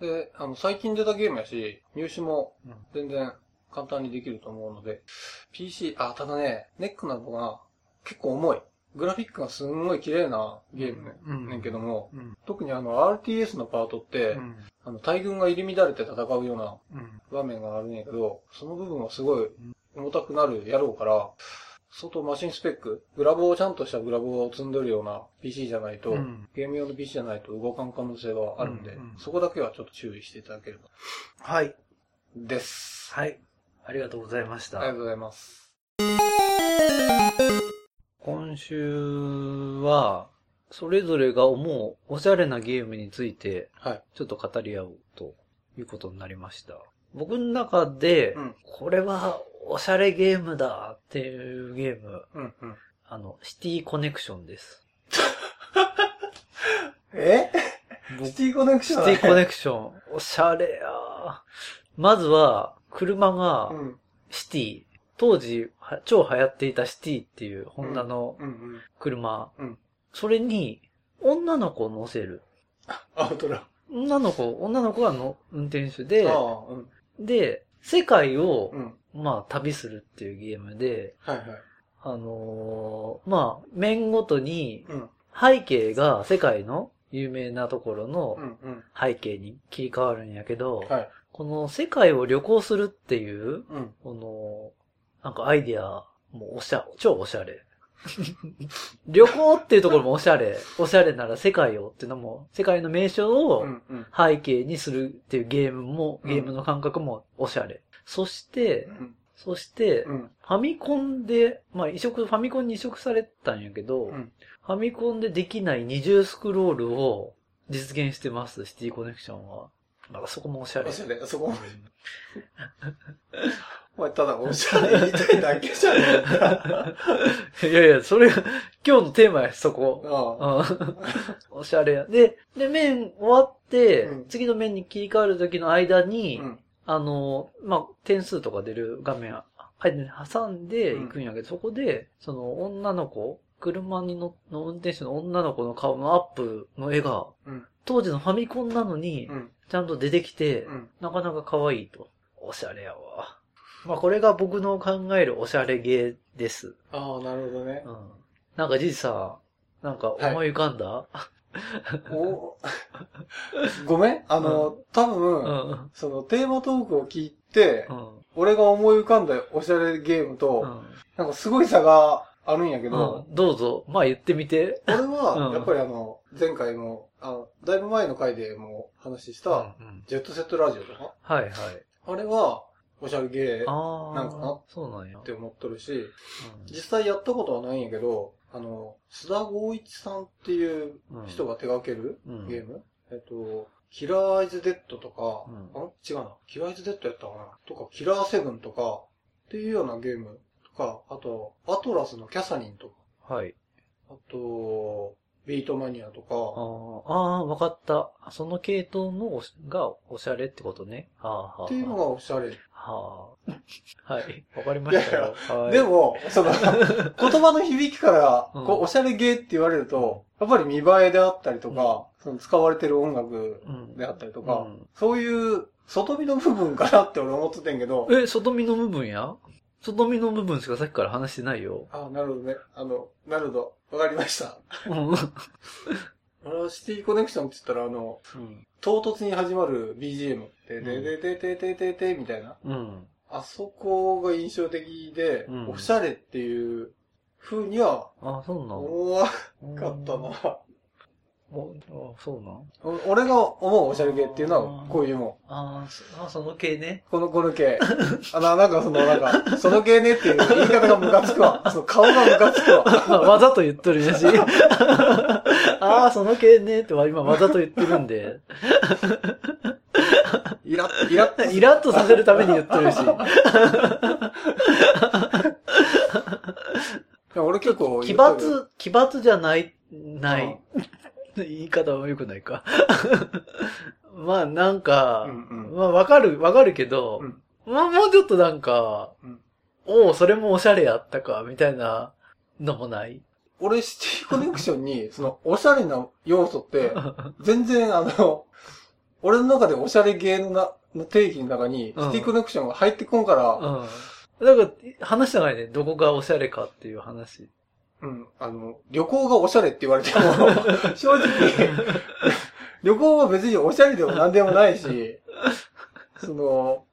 Speaker 2: で、あの、最近出たゲームやし、入手も
Speaker 1: うん
Speaker 2: 全然簡単にできると思うので、PC、あ、ただね、ネックなのが結構重い。グラフィックがすんごい綺麗なゲームね,、
Speaker 1: うん
Speaker 2: ねんけども、
Speaker 1: うん。
Speaker 2: 特にあの RTS のパートって、
Speaker 1: うん。
Speaker 2: あの大軍が入り乱れて戦うような
Speaker 1: うん。
Speaker 2: 場面があるんやけど、その部分はすごい重たくなるやろうから、相当マシンスペック、グラボをちゃんとしたグラボを積んでるような PC じゃないと、
Speaker 1: うん
Speaker 2: ゲーム用の PC じゃないと動かん可能性はあるんで、
Speaker 1: うんうん
Speaker 2: そこだけはちょっと注意していただければ。
Speaker 1: はい。
Speaker 2: です。
Speaker 1: はい。ありがとうございまし
Speaker 2: あ
Speaker 1: た
Speaker 2: りが。とうございます。
Speaker 1: 今週は、それぞれが思うおしゃれなゲームについて、
Speaker 2: はい。
Speaker 1: ちょっと語り合おうということになりました。僕の中で、
Speaker 2: うん
Speaker 1: これはおしゃれゲームだっていうゲーム、
Speaker 2: うんうん。
Speaker 1: あの、シティコネクションです。
Speaker 2: え
Speaker 1: 僕
Speaker 2: シティコネクシ
Speaker 1: シ
Speaker 2: ョン
Speaker 1: ティコ
Speaker 2: ネ
Speaker 1: ネクション、おしゃれやーまずは、車が
Speaker 2: うん。
Speaker 1: シティ、当時は超流行っていたシティっていうホンダの
Speaker 2: うんうん。
Speaker 1: 車、
Speaker 2: うん
Speaker 1: それに女の子を乗せる。
Speaker 2: アウトラ。
Speaker 1: 女の子、女の子がの運転手で
Speaker 2: あ、あ、うん。
Speaker 1: で、世界を
Speaker 2: う、ん。
Speaker 1: まあ、旅するっていうゲームで、
Speaker 2: はいはい。
Speaker 1: あのーまあ、面ごとに
Speaker 2: うん。
Speaker 1: 背景が世界の有名なところの
Speaker 2: うんうん。
Speaker 1: 背景に切り替わるんやけど、
Speaker 2: はい。
Speaker 1: この世界を旅行するっていう、
Speaker 2: うん。
Speaker 1: この、なんかアイディアもおしゃ、超おしゃれ。 [LAUGHS] 旅行っていうところもおしゃれ。おしゃれなら世界をっていうのも、世界の名所を
Speaker 2: うんうん。
Speaker 1: 背景にするっていうゲームも、
Speaker 2: うん
Speaker 1: ゲームの感覚もおしゃれ。そして
Speaker 2: う、ん
Speaker 1: そして、
Speaker 2: うん。
Speaker 1: ファミコンで、まあ移植、ファミコンに移植されたんやけど、
Speaker 2: うん
Speaker 1: ファミコンでできない二重スクロールを実現してます、シティコネクションは。なんかそこもおしゃれ
Speaker 2: お。しゃれ、そこ、お前ただおしゃれ言いたいだけじゃねえ [LAUGHS] か。
Speaker 1: いやいや、それ、今日のテーマや、そこ。
Speaker 2: ああ
Speaker 1: うんおしゃれや。で、で、麺終わって、
Speaker 2: うん
Speaker 1: 次の麺に切り替わる時の間に、
Speaker 2: うん。
Speaker 1: あの、まあ、点数とか出る画面、はい、挟んでいくんやけど、そこで、その女の子、車にの、の運転手の女の子の顔のアップの絵が、
Speaker 2: うん
Speaker 1: 当時のファミコンなのに、
Speaker 2: うん。
Speaker 1: ちゃんと出てきて、
Speaker 2: うん。
Speaker 1: なかなか可愛いと。おしゃれやわ。まあ、これが僕の考えるおしゃれゲーです。
Speaker 2: ああ、なるほどね
Speaker 1: う。ん。なんかじいさん、なんか思い浮かんだ、
Speaker 2: お [LAUGHS] ごめんあの、多
Speaker 1: う
Speaker 2: 分、
Speaker 1: ん。
Speaker 2: そのテーマトークを聞いて、
Speaker 1: うん。
Speaker 2: 俺が思い浮かんだおしゃれゲームと、
Speaker 1: うん。
Speaker 2: なんかすごい差があるんやけ
Speaker 1: うん
Speaker 2: ど、
Speaker 1: どうぞ。まあ、言ってみて。
Speaker 2: 俺
Speaker 1: う
Speaker 2: は
Speaker 1: ん、
Speaker 2: やっぱりあの、前回も、あの、だいぶ前の回でも話しし
Speaker 1: う
Speaker 2: た、
Speaker 1: んうん
Speaker 2: ジェットセットラジオとか、
Speaker 1: はいはい。
Speaker 2: あれは、おしゃれゲーっ
Speaker 1: ああ。
Speaker 2: なんかな
Speaker 1: そうなんや。
Speaker 2: て思っとるし、
Speaker 1: う
Speaker 2: 実際やったことはないんやけど、あの、須田剛一さんっていう人が手掛ける
Speaker 1: うん
Speaker 2: ゲーム、えっと、キラーアイズデッドとか、
Speaker 1: うん
Speaker 2: あ違うな、キラーアイズデッドやったかなとか、キラーセブンとか、っていうようなゲームとか、あと、アトラスのキャサリンとか、
Speaker 1: んはい。
Speaker 2: あと、ビートマニアと
Speaker 1: あ
Speaker 2: か、
Speaker 1: ーあー、わかった。その系統のおしがおしゃれってことね。はあ、はあ。
Speaker 2: っていうのがおしゃれ。
Speaker 1: はあ。はい。わかりましたよ。はい
Speaker 2: で、も、その、 [LAUGHS] 言葉の響きから、
Speaker 1: うん
Speaker 2: こう、おしゃれゲーって言われると、やっぱり見栄えであったりとか、その使われてる音楽
Speaker 1: うん
Speaker 2: であったりとか、
Speaker 1: うん
Speaker 2: そういう外見の部分かなって俺思っててんけど、
Speaker 1: え、外見の部分や外見の部分しかさっきから話してないよ。
Speaker 2: あ、なるほどね。あの、なるほど。わかりました。
Speaker 1: うん。
Speaker 2: あの、シティコネクションって言ったら、あの、
Speaker 1: うん
Speaker 2: 唐突に始まる BGM。で、
Speaker 1: う
Speaker 2: で、
Speaker 1: ん
Speaker 2: で、で、で、で、で、で、みたいな。
Speaker 1: うん。
Speaker 2: あそこが印象的で
Speaker 1: う、ん
Speaker 2: おしゃれっていう風には
Speaker 1: ああ、そうなん。
Speaker 2: 思わ
Speaker 1: うん
Speaker 2: なかったな。
Speaker 1: おあそうなん。
Speaker 2: お俺が思うおしゃれ系っていうのは、こういうもん。
Speaker 1: あーそあー、その系ね。
Speaker 2: この、この [LAUGHS] 系。あな、なんかその、なんか、その系ねっていう言い方がムカつくわ。その顔がムカつくわ。
Speaker 1: まあ、わざと言っとるやし。ああ、その系ねって今わざと言ってるんで。
Speaker 2: イラッ、イラ [LAUGHS] ッ、
Speaker 1: イラッとさせるために言ってるし。
Speaker 2: いや俺結構
Speaker 1: 奇
Speaker 2: 言ったけど、
Speaker 1: 抜、奇抜じゃない、ない。言い方は良くないか。まあなんか、
Speaker 2: うんうん
Speaker 1: まあわかる、わかるけど、
Speaker 2: うん
Speaker 1: まあもうちょっとなんか、
Speaker 2: うん
Speaker 1: おお、それもおしゃれやったか、みたいなのもない。
Speaker 2: 俺シティコネクションに、その、おしゃれな要素
Speaker 1: [LAUGHS]
Speaker 2: って、全然あの、俺の中でおしゃれ系のな、の定義の中に、
Speaker 1: うん
Speaker 2: シティコネクションが入ってこんから、
Speaker 1: うん。だから、話したないね、どこがおしゃれかっていう話。
Speaker 2: うん、あの、旅行がおしゃれって言わ
Speaker 1: [LAUGHS]
Speaker 2: れても、正直、旅行は別におしゃれでも何でもないし、その、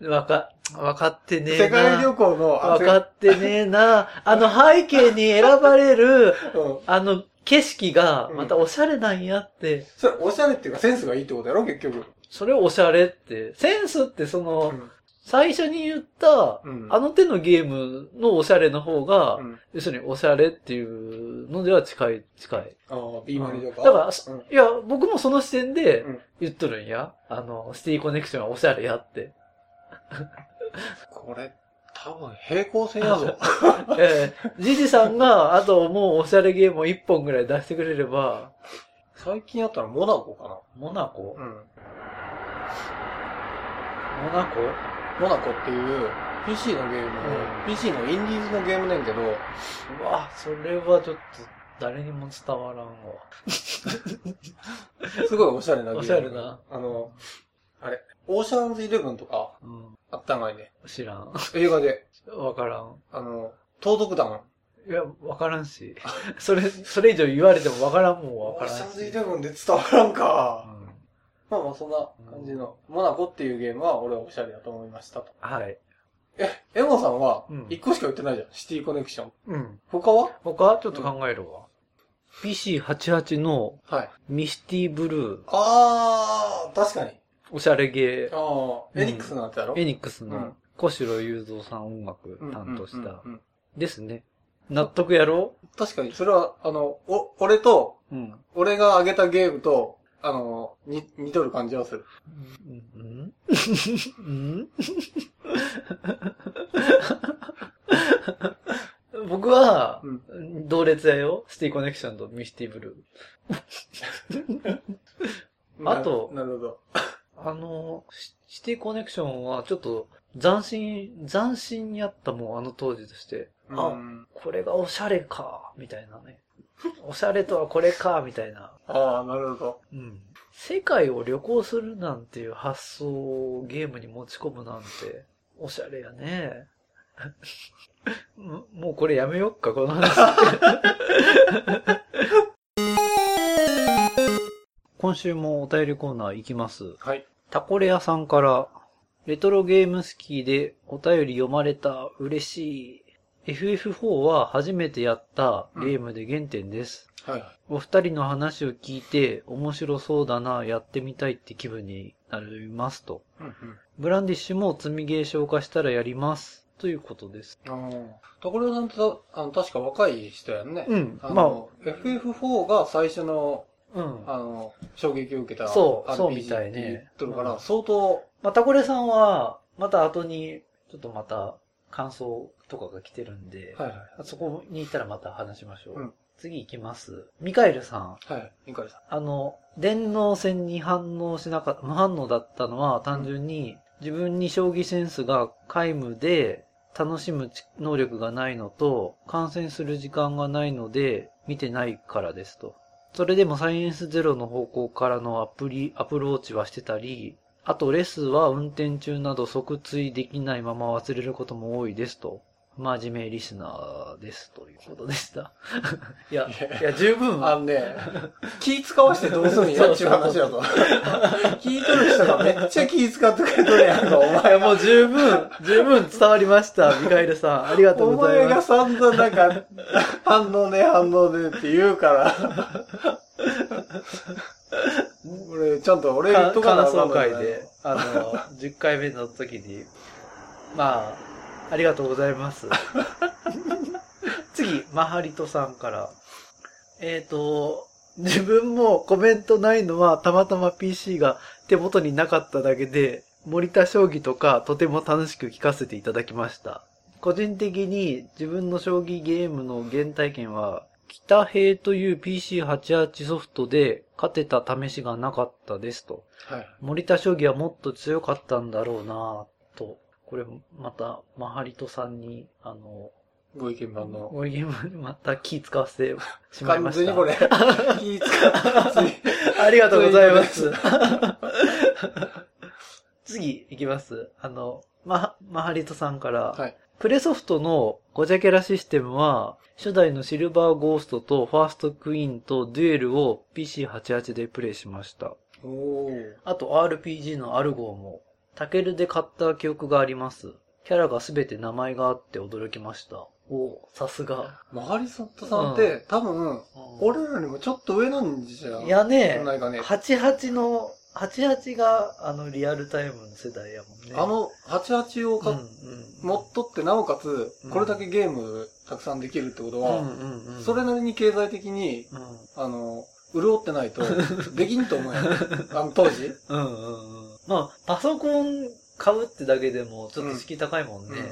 Speaker 1: わか、わかってねえな。
Speaker 2: 世界旅行の、あ
Speaker 1: わかってねえな。あの背景に選ばれる、
Speaker 2: 世界うん、
Speaker 1: あの景色が、またおしゃれなんやって。
Speaker 2: それおしゃれっていうかセンスがいいってことやろ、結局。
Speaker 1: それおしゃれって。センスってそうの、
Speaker 2: ん。
Speaker 1: 最初に言った、
Speaker 2: うん
Speaker 1: あの手のゲームのおしゃれの方が、
Speaker 2: うん
Speaker 1: 要するにおしゃれっていうのでは近い、近い。
Speaker 2: ああ、ビーマリとか。
Speaker 1: だから、
Speaker 2: うん
Speaker 1: いや、僕もその視点で
Speaker 2: うん
Speaker 1: 言っとるんや。あの、シティコネクションはおしゃれやって。
Speaker 2: これ、多分平行線やぞ。
Speaker 1: ええジジさんが、あともうおしゃれゲームを1本ぐらい出してくれれば、
Speaker 2: 最近やったらモナコか
Speaker 1: モナコ
Speaker 2: な。うん。
Speaker 1: モナコ
Speaker 2: モナコっていう PC のゲーム
Speaker 1: う
Speaker 2: の、
Speaker 1: ん
Speaker 2: PC のインディーズのゲームなんやけど、
Speaker 1: うわ、それはちょっと誰にも伝わらんわ。
Speaker 2: すごいおしゃれなゲーム。
Speaker 1: おしゃれな。
Speaker 2: あの、あれ、オーシャンズイレブンとか
Speaker 1: うん、
Speaker 2: あったんがいね。
Speaker 1: 知らん。
Speaker 2: 映画で、
Speaker 1: わからん。
Speaker 2: あの、盗賊団。
Speaker 1: いや、わからんし。 [LAUGHS] それ、それ以上言われてもわからんもんはわ
Speaker 2: オ
Speaker 1: か
Speaker 2: ー
Speaker 1: らん
Speaker 2: シャン
Speaker 1: し。
Speaker 2: ズイレブンで伝わらん
Speaker 1: う
Speaker 2: か。
Speaker 1: ん
Speaker 2: まあまあそんな感じの、モナコっていうゲームは俺はおしゃれだと思いましたと。
Speaker 1: はい。
Speaker 2: え、エモさんは
Speaker 1: うん、
Speaker 2: 一個しか言ってないじゃん。シティコネクション。
Speaker 1: うん。
Speaker 2: 他は
Speaker 1: 他ちょっと考えるわ。PC88 の
Speaker 2: はい。
Speaker 1: ミスティブルー、
Speaker 2: あー、確かに。
Speaker 1: おしゃれゲー、
Speaker 2: ああ、エニックスのやつやろ、
Speaker 1: エニックス
Speaker 2: う
Speaker 1: の
Speaker 2: ん
Speaker 1: 小城雄三さん音楽
Speaker 2: うん
Speaker 1: 担当し
Speaker 2: うん
Speaker 1: た
Speaker 2: う。んうん
Speaker 1: ですね。納得やろ
Speaker 2: 確かに、それは、あの、お、俺と、
Speaker 1: うん。
Speaker 2: 俺が挙げたゲームと、あの、に、似とる感じはする。
Speaker 1: うんうんうん僕は、
Speaker 2: うん。
Speaker 1: 同列やよ。シティコネクションとミスティブルー。あと
Speaker 2: な、なるほど。
Speaker 1: あの、シシティコネクションはちょっと斬新、斬新にあったもん、あの当時として。あ
Speaker 2: うん
Speaker 1: これがオシャレか、みたいなね。 [LAUGHS] オシャレとはこれか、みたいな。
Speaker 2: ああ、なるほど。
Speaker 1: うん。世界を旅行するなんていう発想をゲームに持ち込むなんて、オシャレやね。 [LAUGHS] ももうこれやめよっか、この
Speaker 2: [LAUGHS]
Speaker 1: 話。今週もお便りコーナー行きます。
Speaker 2: はい。
Speaker 1: タコレアさんから、レトロゲームスキーでお便り読まれた、嬉しい。FF4 は初めてやったゲームで原点です。
Speaker 2: はい。
Speaker 1: お二人の話を聞いて、面白そうだな、やってみたいって気分になりますと。
Speaker 2: うん
Speaker 1: ブランディッシュも積みゲー消化したらやります。ということです。
Speaker 2: うん。ああ。所さんってた、あの、確か若い人やんね。
Speaker 1: うん、
Speaker 2: あ
Speaker 1: ま
Speaker 2: の、FF4 が最初の、
Speaker 1: あ、うん。
Speaker 2: あの、衝撃を受けた
Speaker 1: そう
Speaker 2: RPG
Speaker 1: そうみたいね
Speaker 2: って言っとるから、
Speaker 1: うん
Speaker 2: 相当、
Speaker 1: まあ、タコレさんは、また後に、ちょっとまた、感想とかが来てるんで、
Speaker 2: はいはい。
Speaker 1: そこに行ったらまた話しましょう。
Speaker 2: うん
Speaker 1: 次行きます。ミカエルさん。
Speaker 2: はい。ミカリ
Speaker 1: [LAUGHS]
Speaker 2: さん。
Speaker 1: あの、電脳戦に反応しなかった、無反応だったのは単純に自分に将棋センスが皆無で楽しむ能力がないのと、観戦する時間がないので見てないからですと。それでもサイエンスゼロの方向からのアプリ、アプローチはしてたり、あとレスは運転中など即追できないまま忘れることも多いですと。真面目リスナーですということでした。 [LAUGHS] いや、いや、十分。
Speaker 2: あのね、気使わしてどうするんやっていう話だと。聞いとる人がめっちゃ気使ってくれとるやんか、お
Speaker 1: いや、。
Speaker 2: 前
Speaker 1: もう十分、十分伝わりました、ミカエルさん。ありがとう
Speaker 2: お
Speaker 1: ござい
Speaker 2: 前
Speaker 1: ま
Speaker 2: が
Speaker 1: す。
Speaker 2: 散々なんか、反応ね、反応ねって言うから。俺、ちゃんと俺言っ
Speaker 1: か
Speaker 2: とかな
Speaker 1: 感想
Speaker 2: あかんのに
Speaker 1: 会で、あの、10回目の時に、まあ、ありがとうござい
Speaker 2: [LAUGHS]
Speaker 1: ます。次、マハリトさんから。えっ、と、自分もコメントないのはたまたま PC が手元になかっただけで、森田将棋とかとても楽しく聞かせていただきました。個人的に自分の将棋ゲームの原体験は、北平という PC88 ソフトで勝てた試しがなかったですと。
Speaker 2: はい。
Speaker 1: 森田将棋はもっと強かったんだろうなぁと。これまた、マハリトさんに、あの、
Speaker 2: ご意見番の。
Speaker 1: おゲームまた気使わせてしまい
Speaker 2: 完
Speaker 1: ました。
Speaker 2: 全にこれ、気使って、
Speaker 1: [LAUGHS] ありがとうござい
Speaker 2: [LAUGHS]
Speaker 1: ます。次、いきます。あの、ま、マハリトさんから、
Speaker 2: はい
Speaker 1: プレソフトのごじゃキャラシステムは、初代のシルバーゴーストとファーストクイーンとデュエルを PC88 でプレイしました。
Speaker 2: おー。
Speaker 1: あと RPG のアルゴーも、タケルで買った記憶があります。キャラがすべて名前があって驚きました。おーさすが。
Speaker 2: マリソットさんって、多分、俺らよりもちょっと上なんじゃん。
Speaker 1: いやね、
Speaker 2: ないかね。
Speaker 1: 88の、88があのリアルタイムの世代やもんね。
Speaker 2: あ、の、88を
Speaker 1: う
Speaker 2: か、
Speaker 1: んうん、
Speaker 2: 持っとって、なおかつ
Speaker 1: うん、
Speaker 2: これだけゲームたくさんできるってこと
Speaker 1: うん
Speaker 2: は、
Speaker 1: うんうん、
Speaker 2: それなりに経済的に、
Speaker 1: うん、
Speaker 2: あの、潤っ
Speaker 1: [LAUGHS]
Speaker 2: てないと、できんと思うよ。あの、当時。
Speaker 1: うんうんうん。まあ、パソコン買うってだけでもちょっと敷居高いもんね。
Speaker 2: うんうん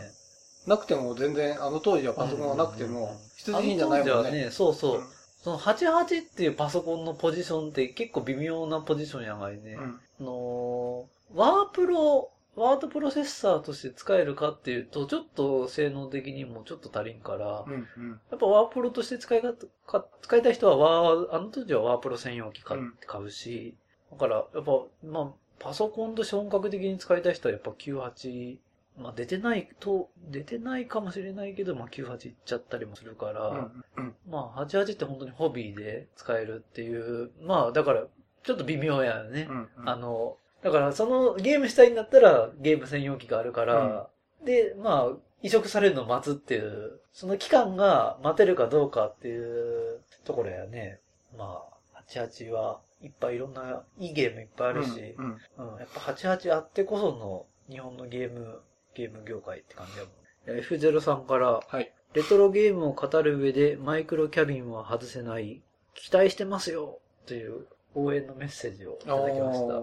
Speaker 2: なくても全然、あの当時はパソコンがなくて
Speaker 1: うんうんうん
Speaker 2: も、必需品じゃない
Speaker 1: あ
Speaker 2: も
Speaker 1: の当
Speaker 2: ん
Speaker 1: 時は
Speaker 2: ね。
Speaker 1: ね、そうそう。
Speaker 2: うん
Speaker 1: その88っていうパソコンのポジションって結構微妙なポジションやがいね。
Speaker 2: うん
Speaker 1: あのーワープロ、ワードプロセッサーとして使えるかっていうと、ちょっと性能的にもちょっと足りんから、
Speaker 2: うんうん。
Speaker 1: やっぱワープロとして使い方か、使いたい人はワー、あの時はワープロ専用機買,、
Speaker 2: うん
Speaker 1: 買うし、だから、やっぱ、まあ、パソコンとして本格的に使いたい人はやっぱ98、まあ出てないと、出てないかもしれないけど、まあ98いっちゃったりもするから、
Speaker 2: うんうん
Speaker 1: まあ88って本当にホビーで使えるっていう、まあだから、ちょっと微妙やよね。
Speaker 2: うんうん
Speaker 1: あの、だからそのゲームしたいんだったらゲーム専用機があるから、で、まあ、移植されるのを待つっていう、その期間が待てるかどうかっていうところやね。まあ、88はいっぱいいろんないいゲームいっぱいあるし
Speaker 2: う、んうん
Speaker 1: うんやっぱ88あってこその日本のゲーム、ゲーム業界って感じやもんね。F0 さんから、
Speaker 2: はい。
Speaker 1: レトロゲームを語る上でマイクロキャビンは外せない。期待してますよという応援のメッセージをいただきました。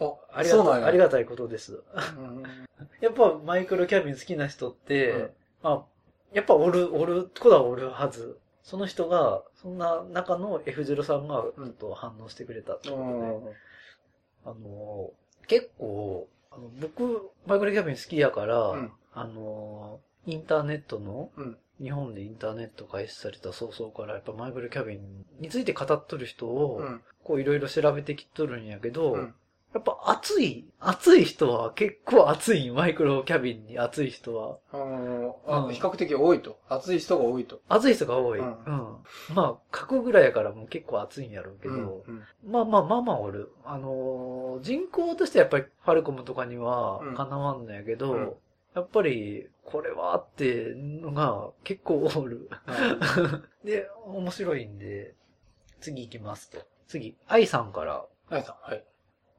Speaker 2: あ、
Speaker 1: ありが
Speaker 2: そう
Speaker 1: た
Speaker 2: なん
Speaker 1: い、
Speaker 2: や。
Speaker 1: ありがたいことです。
Speaker 2: うん
Speaker 1: やっぱマイクロキャビン好きな人って、
Speaker 2: うん
Speaker 1: まあ、やっぱおる、おる、ことはおるはず。その人が、そんな中の F0 さんがちょっと反応してくれたってことで、あのー結構、あの僕、マイクロキャビン好きやから、
Speaker 2: うん
Speaker 1: あのーインターネットの、
Speaker 2: うん
Speaker 1: 日本でインターネット開始された早々から、やっぱマイクロキャビンについて語っとる人を、
Speaker 2: うん
Speaker 1: こういろいろ調べてきとるんやけど、
Speaker 2: うん
Speaker 1: やっぱ熱い、熱い人は結構熱い、マイクロキャビンに熱い人は。
Speaker 2: あのーあ
Speaker 1: うん
Speaker 2: 比較的多いと。熱い人が多いと。
Speaker 1: 熱い人が多い。
Speaker 2: う
Speaker 1: うんん。まあ、書くぐらいやからもう結構熱いんやろうけど、
Speaker 2: うんうん
Speaker 1: まあまあまあまあおる。あのー人口としてはやっぱりファルコムとかには
Speaker 2: うん
Speaker 1: かなわんのやけど、
Speaker 2: うん
Speaker 1: やっぱり、これはっていうのが結構おる。で、面白いんで、次行きますと。次、愛さんから。
Speaker 2: はいさん、はい。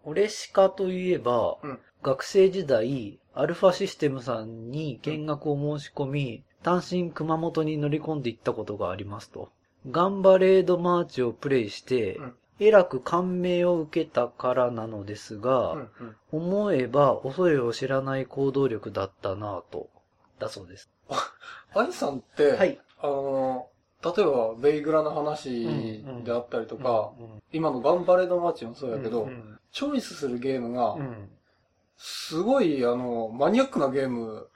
Speaker 1: 俺しかといえば、
Speaker 2: うん
Speaker 1: 学生時代、アルファシステムさんに見学を申し込み、単身熊本に乗り込んで行ったことがありますと。ガンバレードマーチをプレイして、
Speaker 2: うん
Speaker 1: えらく感銘を受けたからなのですが、
Speaker 2: うんうん
Speaker 1: 思えば恐れを知らない行動力だったなぁと、だそうです。
Speaker 2: アイさんって、
Speaker 1: はい。
Speaker 2: あのー例えば、ベイグラの話であったりとか、今のガンバレードマーチもそうやけど、
Speaker 1: うん
Speaker 2: チョイスするゲーム
Speaker 1: う
Speaker 2: が、
Speaker 1: ん
Speaker 2: すごい、あの、マニアックなゲ
Speaker 1: [LAUGHS]
Speaker 2: ーム。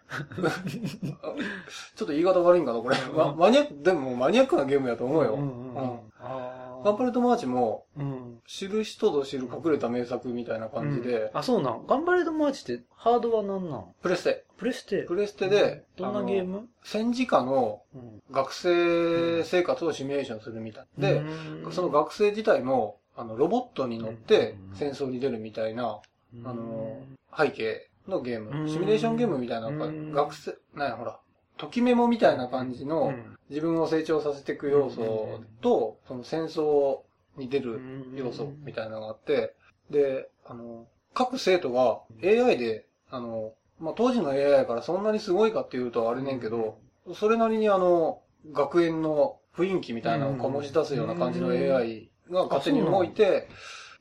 Speaker 2: ちょっと言い方悪いんかな、これ。まマニアック、でもマニアックなゲームやと思うよ。
Speaker 1: うんうん
Speaker 2: うん
Speaker 1: あー
Speaker 2: ガンパレットマーチも、
Speaker 1: うん
Speaker 2: 知る人ぞ知る隠れた名作みたいな感じで、
Speaker 1: あ、そうなん。ガンバレードマーチってハードは何なん
Speaker 2: プレステ。
Speaker 1: プレステ
Speaker 2: プレステで、
Speaker 1: どんなゲーム
Speaker 2: あの戦時下の
Speaker 1: うん
Speaker 2: 学生生活をシミュレーションするみたい。で、
Speaker 1: うん
Speaker 2: その学生自体も、あの、ロボットに乗って
Speaker 1: うん
Speaker 2: 戦争に出るみたいなあの背景のゲー
Speaker 1: う
Speaker 2: ム。
Speaker 1: ん
Speaker 2: シミュレーションゲームみたいな、
Speaker 1: うん
Speaker 2: 学生、なんや、ほら、ときメモみたいな感じ
Speaker 1: う
Speaker 2: の、
Speaker 1: ん
Speaker 2: 自分を成長させていく要素と、その戦争に出る要素みたいなのがあって、で、あの、各生徒が AI で、あの、まあ、当時の AI やからそんなにすごいかっていうとあれねんけど、それなりにあの、学園の雰囲気みたいなのを醸し出すような感じの
Speaker 1: うん
Speaker 2: AI が勝手に動いて、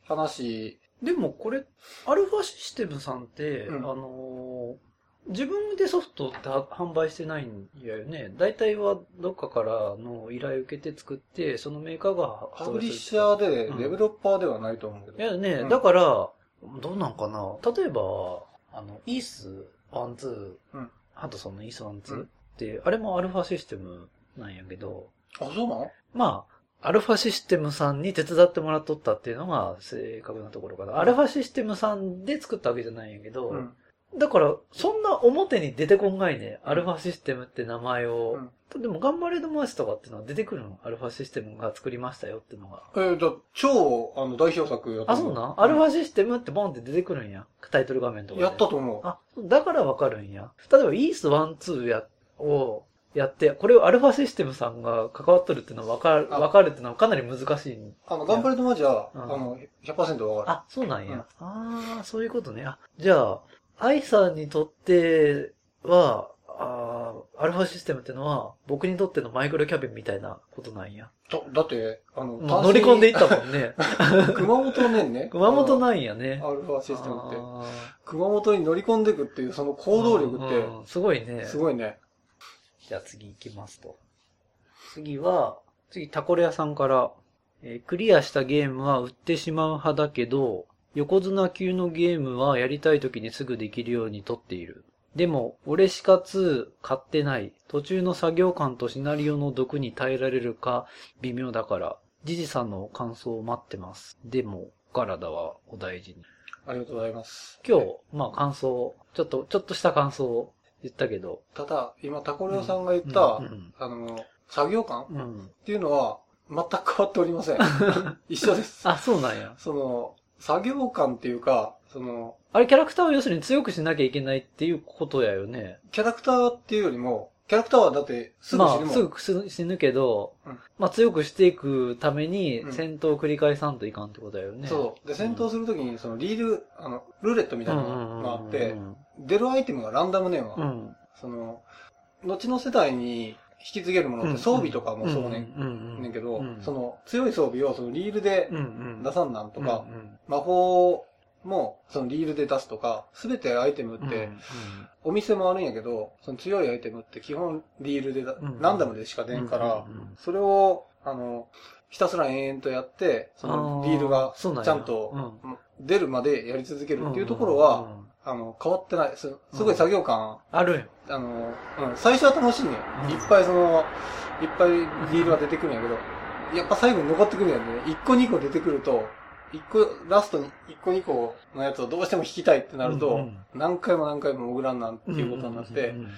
Speaker 2: 話、
Speaker 1: でもこれ、アルファシステムさんって、
Speaker 2: うん
Speaker 1: あのー自分でソフトっては販売してないんやよね。大体はどっかからの依頼受けて作って、そのメーカーが
Speaker 2: パブリッシャーで
Speaker 1: うん
Speaker 2: デベロッパーではないと思うけ
Speaker 1: いや
Speaker 2: ど。
Speaker 1: ね、
Speaker 2: うん
Speaker 1: だから、どうなんかな。例えば、あの、イース1、
Speaker 2: うん
Speaker 1: 2、ハトソンのイース1、
Speaker 2: う
Speaker 1: 2
Speaker 2: ん
Speaker 1: って、あれもアルファシステムなんやけど、
Speaker 2: あ、そうなの
Speaker 1: まあ、アルファシステムさんに手伝ってもらっとったっていうのが正確なところかな。アルファシステムさんで作ったわけじゃないんやけど、
Speaker 2: うん。
Speaker 1: だから、そんな表に出てこんがいね。アルファシステムって名前を。でも、頑張れドマーチとかっていうのは出てくるの。アルファシステムが作りましたよっていうのが。
Speaker 2: えー、じゃあ超、あの、代表作やった
Speaker 1: あ、そうなん、アルファシステムってボンって出てくるんや。タイトル画面とかで。
Speaker 2: やったと思う。
Speaker 1: あ、だからわかるんや。例えば、イース1、2や、をやって、これをアルファシステムさんが関わっとるっていうのはわかる、
Speaker 2: あ
Speaker 1: わかるっていうのはかなり難しい。
Speaker 2: あの、ガンプレットマーチは、
Speaker 1: うん
Speaker 2: あの、100%わかる。
Speaker 1: あ、そうなん
Speaker 2: うん
Speaker 1: や。ああ、そういうことね。あ、じゃあ、アイさんにとっては、あーアルファシステムってのは、僕にとってのマイクロキャビンみたいなことなんや。
Speaker 2: だだって、あの、
Speaker 1: まあ乗り込んでい
Speaker 2: っ
Speaker 1: ったもんね。。
Speaker 2: た。 [LAUGHS] 熊本ねんね
Speaker 1: 熊本
Speaker 2: い。
Speaker 1: なんやね。
Speaker 2: アルファシステムって。
Speaker 1: あー
Speaker 2: 熊本に乗り込んでいくっていう、その行動力
Speaker 1: うん
Speaker 2: っ
Speaker 1: うんすごいね。
Speaker 2: て、すごいね。
Speaker 1: じゃあ次行きますと。次は、次タコレ屋さんから、えークリアしたゲームは売ってしまう派だけど、横綱級のゲームはやりたい時にすぐできるように撮っている。でも、俺しか2買ってない。途中の作業感とシナリオの毒に耐えられるか微妙だから、ジジさんの感想を待ってます。でも、お体はお大事に。
Speaker 2: ありがとうございます。
Speaker 1: 今日、まあ感想、ちょっと、ちょっとした感想を言ったけど。
Speaker 2: ただ、今、タコレオさんが言った、
Speaker 1: うん
Speaker 2: あの、作業感っ
Speaker 1: うんうん。
Speaker 2: ていうのは、全く変わっておりませ
Speaker 1: [LAUGHS]
Speaker 2: ん。一緒です。
Speaker 1: あ、そうなんや。
Speaker 2: その、作業感っていうか、その、
Speaker 1: あれ、キャラクターを要するに強くしなきゃいけないっていうことやよね。
Speaker 2: キャラクターっていうよりも、キャラクターはだって、すぐ
Speaker 1: ま
Speaker 2: 死ぬ
Speaker 1: あ、
Speaker 2: もん。
Speaker 1: すぐ死ぬ死ぬけど、
Speaker 2: うん
Speaker 1: まあ強くしていくために
Speaker 2: うん
Speaker 1: 戦闘を繰り返さんといかんってことやよね。
Speaker 2: そう。で、戦闘するときに、その、リール、あの、ルーレットみ
Speaker 1: う
Speaker 2: たい
Speaker 1: ん
Speaker 2: な
Speaker 1: う
Speaker 2: の
Speaker 1: ん
Speaker 2: があって
Speaker 1: う、ん
Speaker 2: 出るアイテムがランダムねんわ。
Speaker 1: うん。
Speaker 2: その、後の世代に、引き継げるものって装備とかもそうね、
Speaker 1: ん
Speaker 2: ねんけど、
Speaker 1: うん
Speaker 2: その強い装備をそのリールで
Speaker 1: うんうん
Speaker 2: 出さんなんとか、
Speaker 1: うんうん
Speaker 2: 魔法もそのリールで出すとか、すべてアイテムって、お店もあるんやけど、その強いアイテムって基本リールでだ、
Speaker 1: うん
Speaker 2: ランダムでしか出んから、
Speaker 1: うんうん
Speaker 2: それを、あの、ひたすら延々とやって、その
Speaker 1: あー
Speaker 2: リールがち
Speaker 1: そうなんや
Speaker 2: ゃんと出るまでやり続け
Speaker 1: う
Speaker 2: る
Speaker 1: ん
Speaker 2: っていうところは、
Speaker 1: うんうん
Speaker 2: あの、変わってない。すすごい作業感、
Speaker 1: あるよ。
Speaker 2: あの、うん、最初は楽しいね、
Speaker 1: うん
Speaker 2: いっぱいその、いっぱいリールが出てくるんやけど、やっぱ最後に残ってくるんやね。1個2個出てくると、一個、ラストに1個2個のやつをどうしても引きたいってなる
Speaker 1: う
Speaker 2: と、
Speaker 1: んうん
Speaker 2: 何回も何回も潜らんなんっていうことになって、
Speaker 1: うんうんうんうん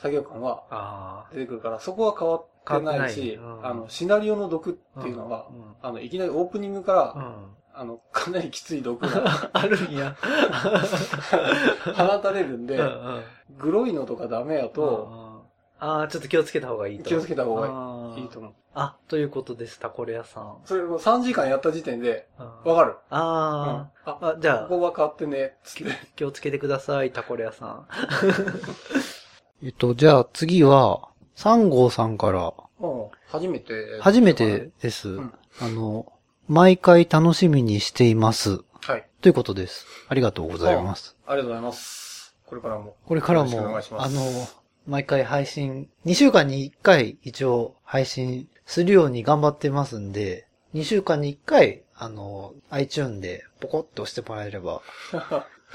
Speaker 2: 作業感は
Speaker 1: ああ。
Speaker 2: 出てくるから、そこは変わってないし、
Speaker 1: 変わってない
Speaker 2: あの、シナリオの毒っていうのは、
Speaker 1: うんうん
Speaker 2: あの、いきなりオープニングから、
Speaker 1: うん
Speaker 2: あの、かなりきつい毒が
Speaker 1: あるんや。
Speaker 2: 放たれるんで、
Speaker 1: うんうん
Speaker 2: グロいのとかダメやと、
Speaker 1: うんうんああ、ちょっと気をつけた方がいいと。
Speaker 2: 気をつけた方が
Speaker 1: が
Speaker 2: いいと思う。
Speaker 1: あ、ということです、タコレアさん。
Speaker 2: それも3時間やった時点で、
Speaker 1: うん
Speaker 2: わかる。うん
Speaker 1: あ
Speaker 2: あ
Speaker 1: ー、あ、じゃあ
Speaker 2: こ、こは変わってね、つって。
Speaker 1: 気をつけてください、タコレアさん。 [LAUGHS] えっと、じゃあ次は、3号さんから、
Speaker 2: も [LAUGHS] う、初めて。
Speaker 1: 初めて。です。
Speaker 2: ん
Speaker 1: あの、毎回楽しみにしています。
Speaker 2: はい。
Speaker 1: ということです。ありがとうございます。
Speaker 2: ありがとうございます。これからも。
Speaker 1: これから
Speaker 2: よろしくお
Speaker 1: も
Speaker 2: 願いし、ま
Speaker 1: あ
Speaker 2: す
Speaker 1: の、毎回配信、2週間に1回一応配信するように頑張ってますんで、2週間に1回、あの、iTune でポコッと押してもらえれ
Speaker 2: [LAUGHS]
Speaker 1: ば、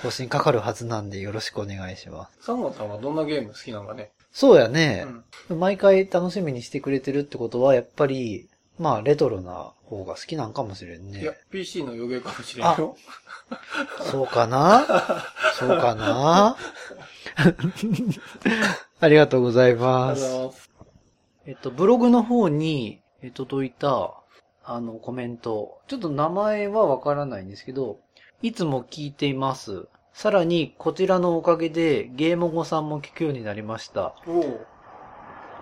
Speaker 1: 更新かかるはずなんでよろしくお願いします。
Speaker 2: サンゴさんはどんなゲーム好きなのかね。
Speaker 1: そうやね
Speaker 2: う。ん。
Speaker 1: 毎回楽しみにしてくれてるってことは、やっぱり、まあ、レトロな方が好きなんかもしれん
Speaker 2: いや
Speaker 1: ね。、
Speaker 2: PC の予言かもしれんよ。
Speaker 1: そうか
Speaker 2: [LAUGHS]
Speaker 1: なそうかな [LAUGHS] ありがとうござい
Speaker 2: あ
Speaker 1: ま
Speaker 2: りがと
Speaker 1: す
Speaker 2: うござい。ます。
Speaker 1: えっと、ブログの方に、えっと、といた、あの、コメント。ちょっと名前はわからないんですけど、いつも聞いています。さらに、こちらのおかげで、ゲーム語さんも聞くようになりました。
Speaker 2: おう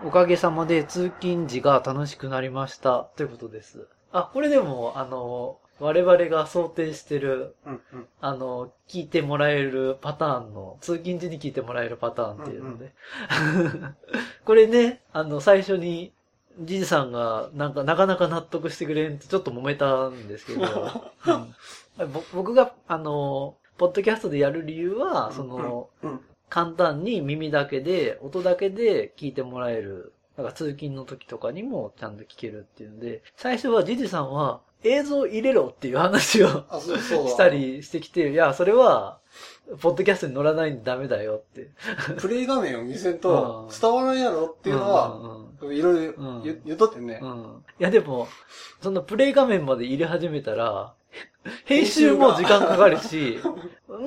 Speaker 1: おかげさまで通勤時が楽しくなりました。ということです。あ、これでも、あの、我々が想定してる、
Speaker 2: うんうん。
Speaker 1: あの、聞いてもらえるパターンの、通勤時に聞いてもらえるパターンっていうので。 [LAUGHS] これね、あの、最初に、じじさんが、なんか、なかなか納得してくれんって、ちょっと揉めたんですけど、うんぼ僕が、あの、ポッドキャストでやる理由は、その、
Speaker 2: うん。
Speaker 1: 簡単に耳だけで、音だけで聞いてもらえる。なんか通勤の時とかにもちゃんと聞けるっていうので、最初はジジさんは映像入れろっていう話を
Speaker 2: あ、そう、そうだ。
Speaker 1: [LAUGHS] したりしてきて、いや、それは、ポッドキャストに乗らないんでダメだよって。
Speaker 2: プレイ画面を見せん
Speaker 1: う
Speaker 2: と
Speaker 1: ん
Speaker 2: 伝わらんやろっていうのは、
Speaker 1: うん
Speaker 2: いろいろ
Speaker 1: うん
Speaker 2: 言言っとってね
Speaker 1: う。んうん、うん。いや、でも、そのプレイ画面まで入れ始めたら、 [LAUGHS] 編集も時間かかるし、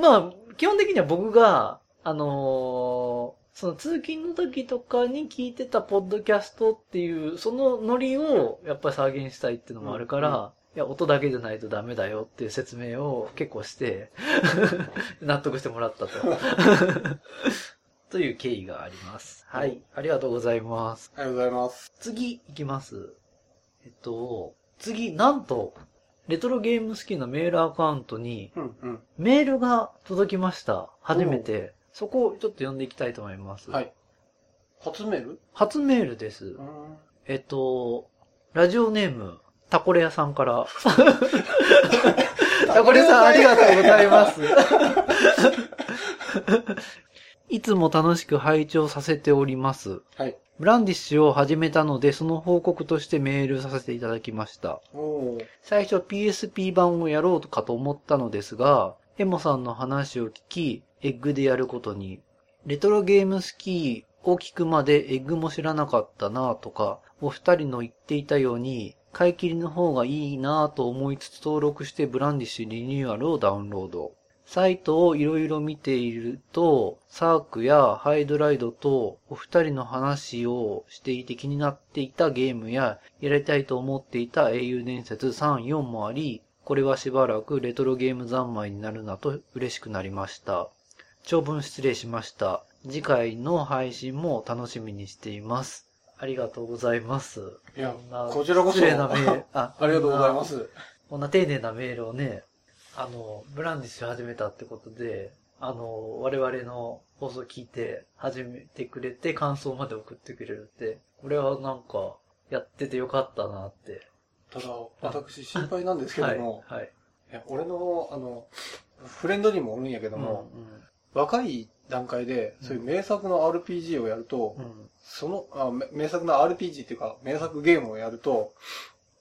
Speaker 1: まあ、基本的には僕が、あのーその通勤の時とかに聞いてたポッドキャストっていう、そのノリをやっぱり再現したいっていうのもあるから、い
Speaker 2: うん
Speaker 1: や、音だけじゃないとダメだよっていう説明を結構して、 [LAUGHS] 納得してもら
Speaker 2: [LAUGHS]
Speaker 1: ったと。 [LAUGHS] という経緯があります。はい。ありがとうございます。
Speaker 2: ありがとうございます。
Speaker 1: 次行きます。えっと、次、なんと、レトロゲーム好きなメールアカウントに
Speaker 2: うんうん。
Speaker 1: メールが届きました。初めて。そこをちょっと読んでいきたいと思います。
Speaker 2: はい。初メール
Speaker 1: 初メールです
Speaker 2: う。ん。
Speaker 1: えっと、ラジオネーム、タコレアさんから。タコレさんありがとうございます。 [LAUGHS] いつも楽しく拝聴させております。
Speaker 2: はい。
Speaker 1: ブランディッシュを始めたので、その報告としてメールさせていただきました。
Speaker 2: おー
Speaker 1: 最初 PSP 版をやろうかと思ったのですが、エモさんの話を聞き、エッグでやることに。レトロゲームスキーを聞くまでエッグも知らなかったなぁとか、お二人の言っていたように、買い切りの方がいいなぁと思いつつ登録してブランディッシュリニューアルをダウンロード。サイトをいろいろ見ていると、サークやハイドライドとお二人の話をしていて気になっていたゲームや、やりたいと思っていた英雄伝説3、4もあり、これはしばらくレトロゲーム三昧になるなと嬉しくなりました。長文失礼しました。次回の配信も楽しみにしています。ありがとうございます。
Speaker 2: いや
Speaker 1: こんな
Speaker 2: こちらこそ
Speaker 1: 失礼なメール。あ
Speaker 2: ありがとうございま。す。
Speaker 1: こんな丁寧なメールをね、あの、ブランディッシュ始めたってことで、あの、我々の放送聞いて、始めてくれて、感想まで送ってくれるって、これはなんか、やっててよかったなって。
Speaker 2: ただ、私心配なんですけども、
Speaker 1: はい。はい。
Speaker 2: いや俺の、あの、フレンドにもおるんやけども、
Speaker 1: う
Speaker 2: 若い段階で、そういう名作の RPG をやると、
Speaker 1: ん、うん。うん。
Speaker 2: そのあ、め名作の RPG っていうか、名作ゲームをやると、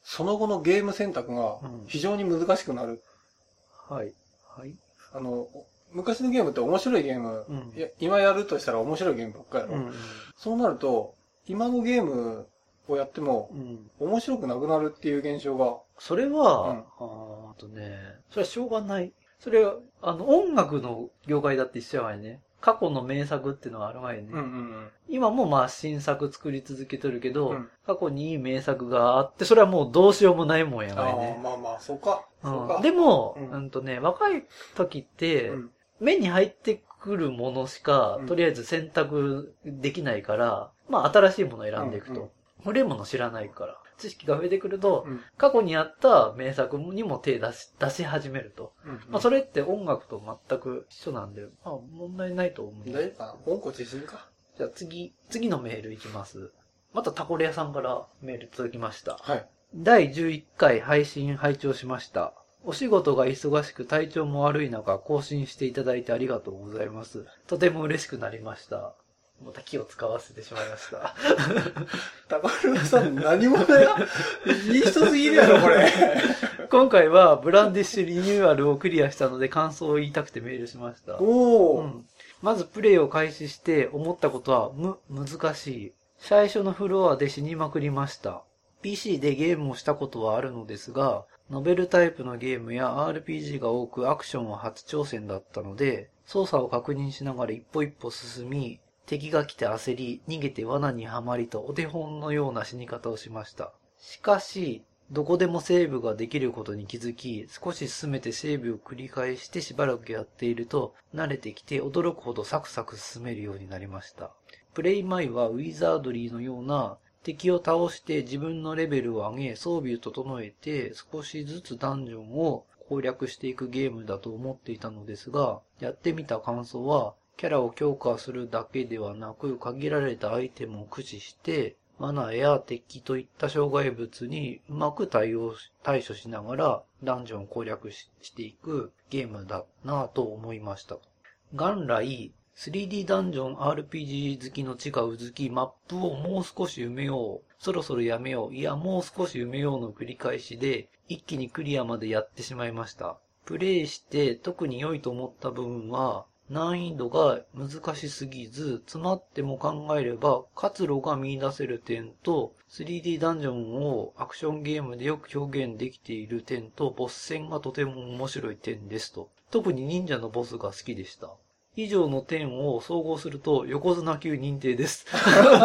Speaker 2: その後のゲーム選択が
Speaker 1: うん
Speaker 2: 非常に難しくなる。
Speaker 1: はい。はい。
Speaker 2: あの、お昔のゲームって面白いゲーム、
Speaker 1: うん
Speaker 2: いや今やるとしたら面白いゲームばっかりやろ。
Speaker 1: うん。
Speaker 2: そうなると、今のゲームをやっても
Speaker 1: うん。
Speaker 2: 面白くなくなるっていう現象が、
Speaker 1: それは、あーあとね、それはしょうがない。それは、あの、音楽の業界だって一緒やわいね。過去の名作っていうのがあるわいね。
Speaker 2: うんうん
Speaker 1: 今もまあ新作作り続けてるけど、
Speaker 2: うん
Speaker 1: 過去にいい名作があって、それはもうどうしようもないもんや
Speaker 2: うん。
Speaker 1: わい
Speaker 2: ああ、
Speaker 1: ね。
Speaker 2: まあまあ、そうか。そうか。
Speaker 1: うん、でも、
Speaker 2: う
Speaker 1: うんん、とね、若い時って、
Speaker 2: うん
Speaker 1: 目に入ってくるものしか、
Speaker 2: うん
Speaker 1: とりあえず選択できないから、まあ新しいものを選んでいく
Speaker 2: うんうん
Speaker 1: と。古いもの知らないから。知識が増えてくると、
Speaker 2: うん
Speaker 1: 過去にあった名作にも手出し、出し始めると。
Speaker 2: うん
Speaker 1: まあそれって音楽と全く一緒なんで、まあ問題ないと思う。
Speaker 2: 大丈夫かな本校自身か。
Speaker 1: じゃあ次、次のメールいきます。またタコレ屋さんからメール届きました。
Speaker 2: はい。
Speaker 1: 第11回配信拝聴しました。お仕事が忙しく体調も悪い中、更新していただいてありがとうございます。とても嬉しくなりました。また気を使わせてしまいました。
Speaker 2: 高原さん何者やいい人すぎるやろ、これ。
Speaker 1: [LAUGHS] 今回はブランディッシュリニューアルをクリアしたので感想を言いたくてメールしました。
Speaker 2: お
Speaker 1: う
Speaker 2: ー。
Speaker 1: ん、まずプレイを開始して思ったことはむ、難しい。最初のフロアで死にまくりました。PC でゲームをしたことはあるのですが、ノベルタイプのゲームや RPG が多くアクションは初挑戦だったので、操作を確認しながら一歩一歩進み、敵が来て焦り、逃げて罠にはまりとお手本のような死に方をしました。しかし、どこでもセーブができることに気づき、少し進めてセーブを繰り返してしばらくやっていると、慣れてきて驚くほどサクサク進めるようになりました。プレイ前はウィザードリーのような敵を倒して自分のレベルを上げ装備を整えて少しずつダンジョンを攻略していくゲームだと思っていたのですが、やってみた感想はキャラを強化するだけではなく限られたアイテムを駆使して罠や敵といった障害物にうまく対応し、対処しながらダンジョンを攻略ししていくゲームだなぁと思いました。元来、3D ダンジョン RPG 好きの地がうずき、マップをもう少し埋めよう、そろそろやめよう、いやもう少し埋めようの繰り返しで、一気にクリアまでやってしまいました。プレイして特に良いと思った部分は、難易度が難しすぎず、詰まっても考えれば活路が見出せる点と、3D ダンジョンをアクションゲームでよく表現できている点と、ボス戦がとても面白い点ですと。特に忍者のボスが好きでした。以上の点を総合すると横綱級認定です。 [LAUGHS]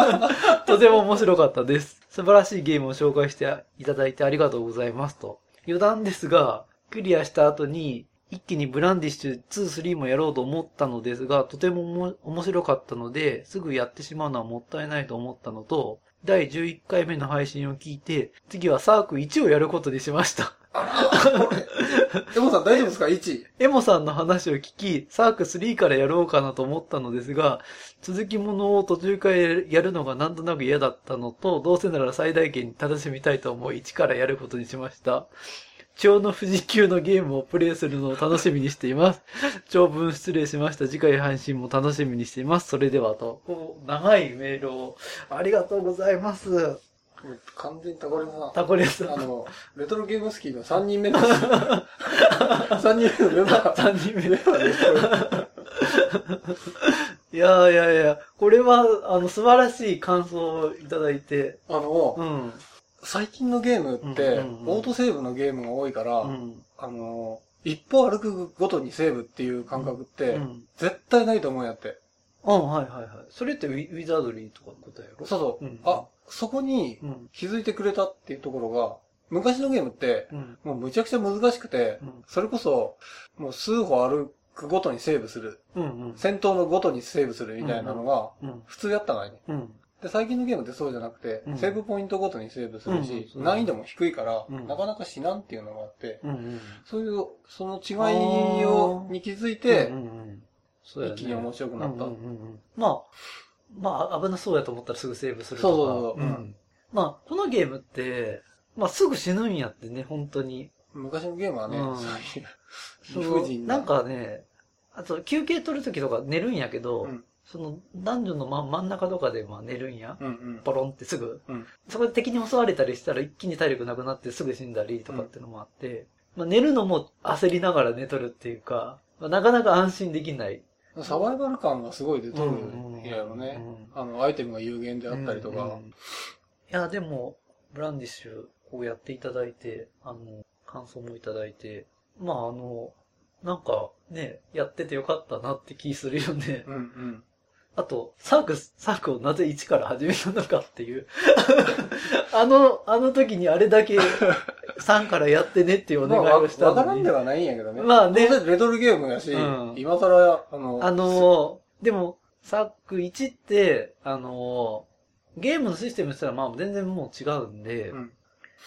Speaker 1: とても面白かったです。素晴らしいゲームを紹介していただいてありがとうございますと。余談ですが、クリアした後に一気にブランディッシュ2、3もやろうと思ったのですが、とてもおも面白かったので、すぐやってしまうのはもったいないと思ったのと、第11回目の配信を聞いて、次はサーク1をやることにしました。
Speaker 2: エモさん大丈夫ですか ?1 位。
Speaker 1: エモさんの話を聞き、サーク3からやろうかなと思ったのですが、続きものを途中からやるのがなんとなく嫌だったのと、どうせなら最大限に楽しみたいと思い、1からやることにしました。超の富士級のゲームをプレイするのを楽しみにしています。長文失礼しました。次回配信も楽しみにしています。それではと、こう長いメールをありがとうございます。
Speaker 2: もう完全に高原さ
Speaker 1: タコレス
Speaker 2: ん。
Speaker 1: さ
Speaker 2: あ
Speaker 1: ん、
Speaker 2: の、レトロゲームスキーの3人
Speaker 1: [LAUGHS]
Speaker 2: 目です。3人目のメンバー。
Speaker 1: 3人目です。
Speaker 2: あ
Speaker 1: いやいやいや、これは、あの、素晴らしい感想をいただいて、う
Speaker 2: の、
Speaker 1: ん。
Speaker 2: 最近のゲームって、
Speaker 1: うんうんうん
Speaker 2: オートセーブのゲームが多いから、
Speaker 1: うん。
Speaker 2: あの、一歩歩くごとにセーブっていう感覚っ
Speaker 1: う
Speaker 2: て、
Speaker 1: ん。
Speaker 2: 絶対ないと思うんやって。
Speaker 1: うん、はいはいはい。それってウィウィザードリーとかのことやろ
Speaker 2: そうそう。
Speaker 1: うん
Speaker 2: あ、そこに
Speaker 1: うん。
Speaker 2: 気づいてくれたっていうところが、昔のゲームって、
Speaker 1: うん。
Speaker 2: もうむちゃくちゃ難しくて、
Speaker 1: うん
Speaker 2: それこそ、もう数歩歩くごとにセーブする。
Speaker 1: うん。うん。
Speaker 2: 戦闘のごとにセーブするみたいなのが、
Speaker 1: うん。
Speaker 2: 普通やったのに。
Speaker 1: うん。
Speaker 2: で、最近のゲームってそうじゃなくて、
Speaker 1: うん
Speaker 2: セーブポイントごとにセーブする
Speaker 1: うんうん
Speaker 2: し、
Speaker 1: そう
Speaker 2: 難易度も低いから、
Speaker 1: うん
Speaker 2: なかなか死なんっていうのがあって、
Speaker 1: うん。うん。
Speaker 2: そういう、その違いを、に気づいて
Speaker 1: うん、うんそうや
Speaker 2: 一気に面白くなった。
Speaker 1: うんうんうんうんまあ、まあ、危なそうやと思ったらすぐセーブするとか。
Speaker 2: そうそうそううん
Speaker 1: んまあ、このゲームって、まあ、すぐ死ぬんやってね、本当に。
Speaker 2: 昔のゲームはね、
Speaker 1: うん
Speaker 2: そういう
Speaker 1: そ
Speaker 2: 理
Speaker 1: の
Speaker 2: 不尽な。
Speaker 1: なん、かね、あと休憩取るときとか寝るんやけど、
Speaker 2: うん
Speaker 1: その男女の真真ん中とかでまあ寝るんや。
Speaker 2: うんうん。
Speaker 1: ポロンってすぐ。
Speaker 2: うん
Speaker 1: そこで敵に襲われたりしたら一気に体力なくなってすぐ死んだりとかってのもあって、まあ、寝るのも焦りながら寝とるっていうか、まあ、なかなか安心できない。
Speaker 2: サバイバル感がすごい出とる
Speaker 1: うん
Speaker 2: 部屋のね
Speaker 1: う。ん
Speaker 2: あの、アイテムが有限であったりとか。
Speaker 1: うんうんいや、でも、ブランディッシュ、こうやっていただいて、あの、感想もいただいて、まあ、あの、なんか、ね、やっててよかったなって気するよね。
Speaker 2: うんうん。
Speaker 1: あと、サーク、サークをなぜ一から始めたのかっていう。 [LAUGHS] あの、あの時にあれだ
Speaker 2: [LAUGHS]
Speaker 1: け、3からやってねっていうお
Speaker 2: ま
Speaker 1: 願
Speaker 2: あ
Speaker 1: い
Speaker 2: わ
Speaker 1: をした
Speaker 2: わか
Speaker 1: の
Speaker 2: らん
Speaker 1: に。
Speaker 2: ではないんやけどね。
Speaker 1: まあね
Speaker 2: どうせレトルゲームやし
Speaker 1: うん、
Speaker 2: 今更、あの、
Speaker 1: あのー、でも、サーク1って、あのー、ゲームのシステムしたらまあ全然もう違うんで、
Speaker 2: うん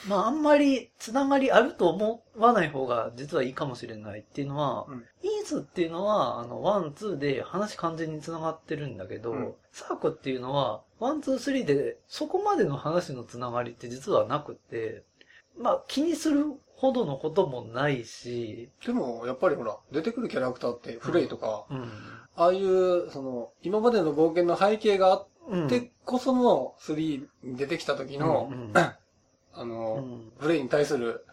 Speaker 1: まああんまりつながりあると思わない方が実はいいかもしれないっていうのは、
Speaker 2: うん
Speaker 1: イーズっていうのは、あの、ワン、ツーで話完全につながってるんだけど、
Speaker 2: うん
Speaker 1: サークっていうのは、ワン、ツー、スリーでそこまでの話のつながりって実はなくて、まあ気にするほどのこともないし、
Speaker 2: でも、やっぱりほら、出てくるキャラクターって、フレイとか、
Speaker 1: うん。
Speaker 2: ああいう、その、今までの冒険の背景があっ
Speaker 1: うん
Speaker 2: てこその、3に出てきた時の、
Speaker 1: うん
Speaker 2: あ
Speaker 1: うんう
Speaker 2: の、
Speaker 1: ん
Speaker 2: フレイに対する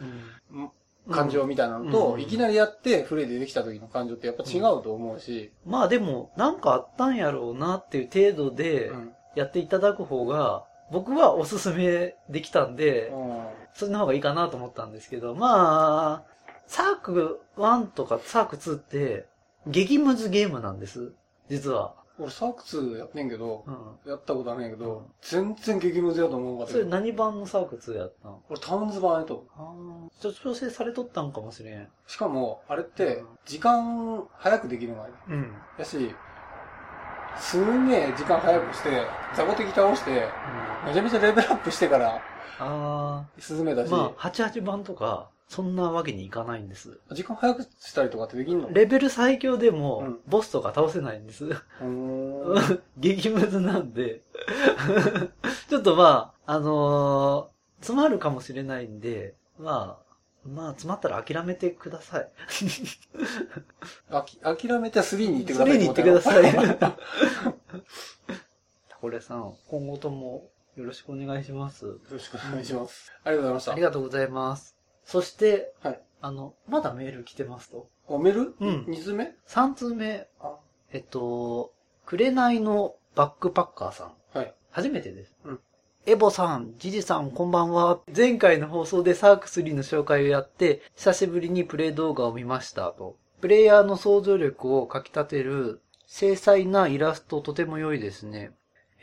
Speaker 1: うん
Speaker 2: 感情みたいなのと、
Speaker 1: うん
Speaker 2: いきなりやって、フレイで出てきた時の感情ってやっぱ違うと思うし、
Speaker 1: まあでも、なんかあったんやろうなっていう程度で
Speaker 2: う、ん
Speaker 1: やっていただく方が、僕はおすすめできたんで、それの方がいいかなと思ったんですけど、まあ、サーク1とかサーク2って、激ムズゲームなんです。実は。
Speaker 2: 俺、サーク2やってんけど、
Speaker 1: うん。
Speaker 2: やったことはないけ
Speaker 1: うん
Speaker 2: ど、全然激ムズやと思うかっ
Speaker 1: それ
Speaker 2: た。
Speaker 1: 何版のサーク2やったん
Speaker 2: 俺、タウンズ版やと。
Speaker 1: ああ。ちょっと調整されとったんかもしれん。
Speaker 2: しかも、あれっ
Speaker 1: う
Speaker 2: て
Speaker 1: ん、
Speaker 2: 時間早くできるのよ。
Speaker 1: うん。
Speaker 2: やし、すんげえ時間早くして、雑魚敵倒して、
Speaker 1: あ
Speaker 2: めちゃめちゃレベルアップしてから
Speaker 1: あ
Speaker 2: 進めた
Speaker 1: ー。
Speaker 2: し、
Speaker 1: まあ、88版とか、そんなわけにいかないんです。
Speaker 2: 時間早くしたりとかってできんの
Speaker 1: レベル最強で
Speaker 2: う
Speaker 1: も
Speaker 2: ん、
Speaker 1: ボスとか倒せないんです。
Speaker 2: うーん
Speaker 1: [LAUGHS] 激ムズなんで、 [LAUGHS] ちょっとまあ、あのー詰まるかもしれないんで、まあ、まあ、詰まったら諦めてください。
Speaker 2: あき諦めて3に行ってく
Speaker 1: そ
Speaker 2: ださ
Speaker 1: れ
Speaker 2: い。
Speaker 1: に行ってくださ [LAUGHS] い
Speaker 2: もう一回。
Speaker 1: タコレさん、今後ともよろしくお願いします。
Speaker 2: よろしくお願いします。ありがとうござ
Speaker 1: あ
Speaker 2: い
Speaker 1: り
Speaker 2: ま
Speaker 1: が
Speaker 2: し
Speaker 1: とうございます。そして、
Speaker 2: はい
Speaker 1: あの、まだメール来てますと。
Speaker 2: た。お、メール
Speaker 1: うん。
Speaker 2: ?2 通目
Speaker 1: 3通目、
Speaker 2: あ、
Speaker 1: えっと、紅のバックパッカーさん。
Speaker 2: はい。
Speaker 1: 初めてです。
Speaker 2: うん
Speaker 1: エボさん、ジジさん、こんばんは。前回の放送でサーク3の紹介をやって、久しぶりにプレイ動画を見ましたと。プレイヤーの想像力をかき立てる精細なイラストとても良いですね。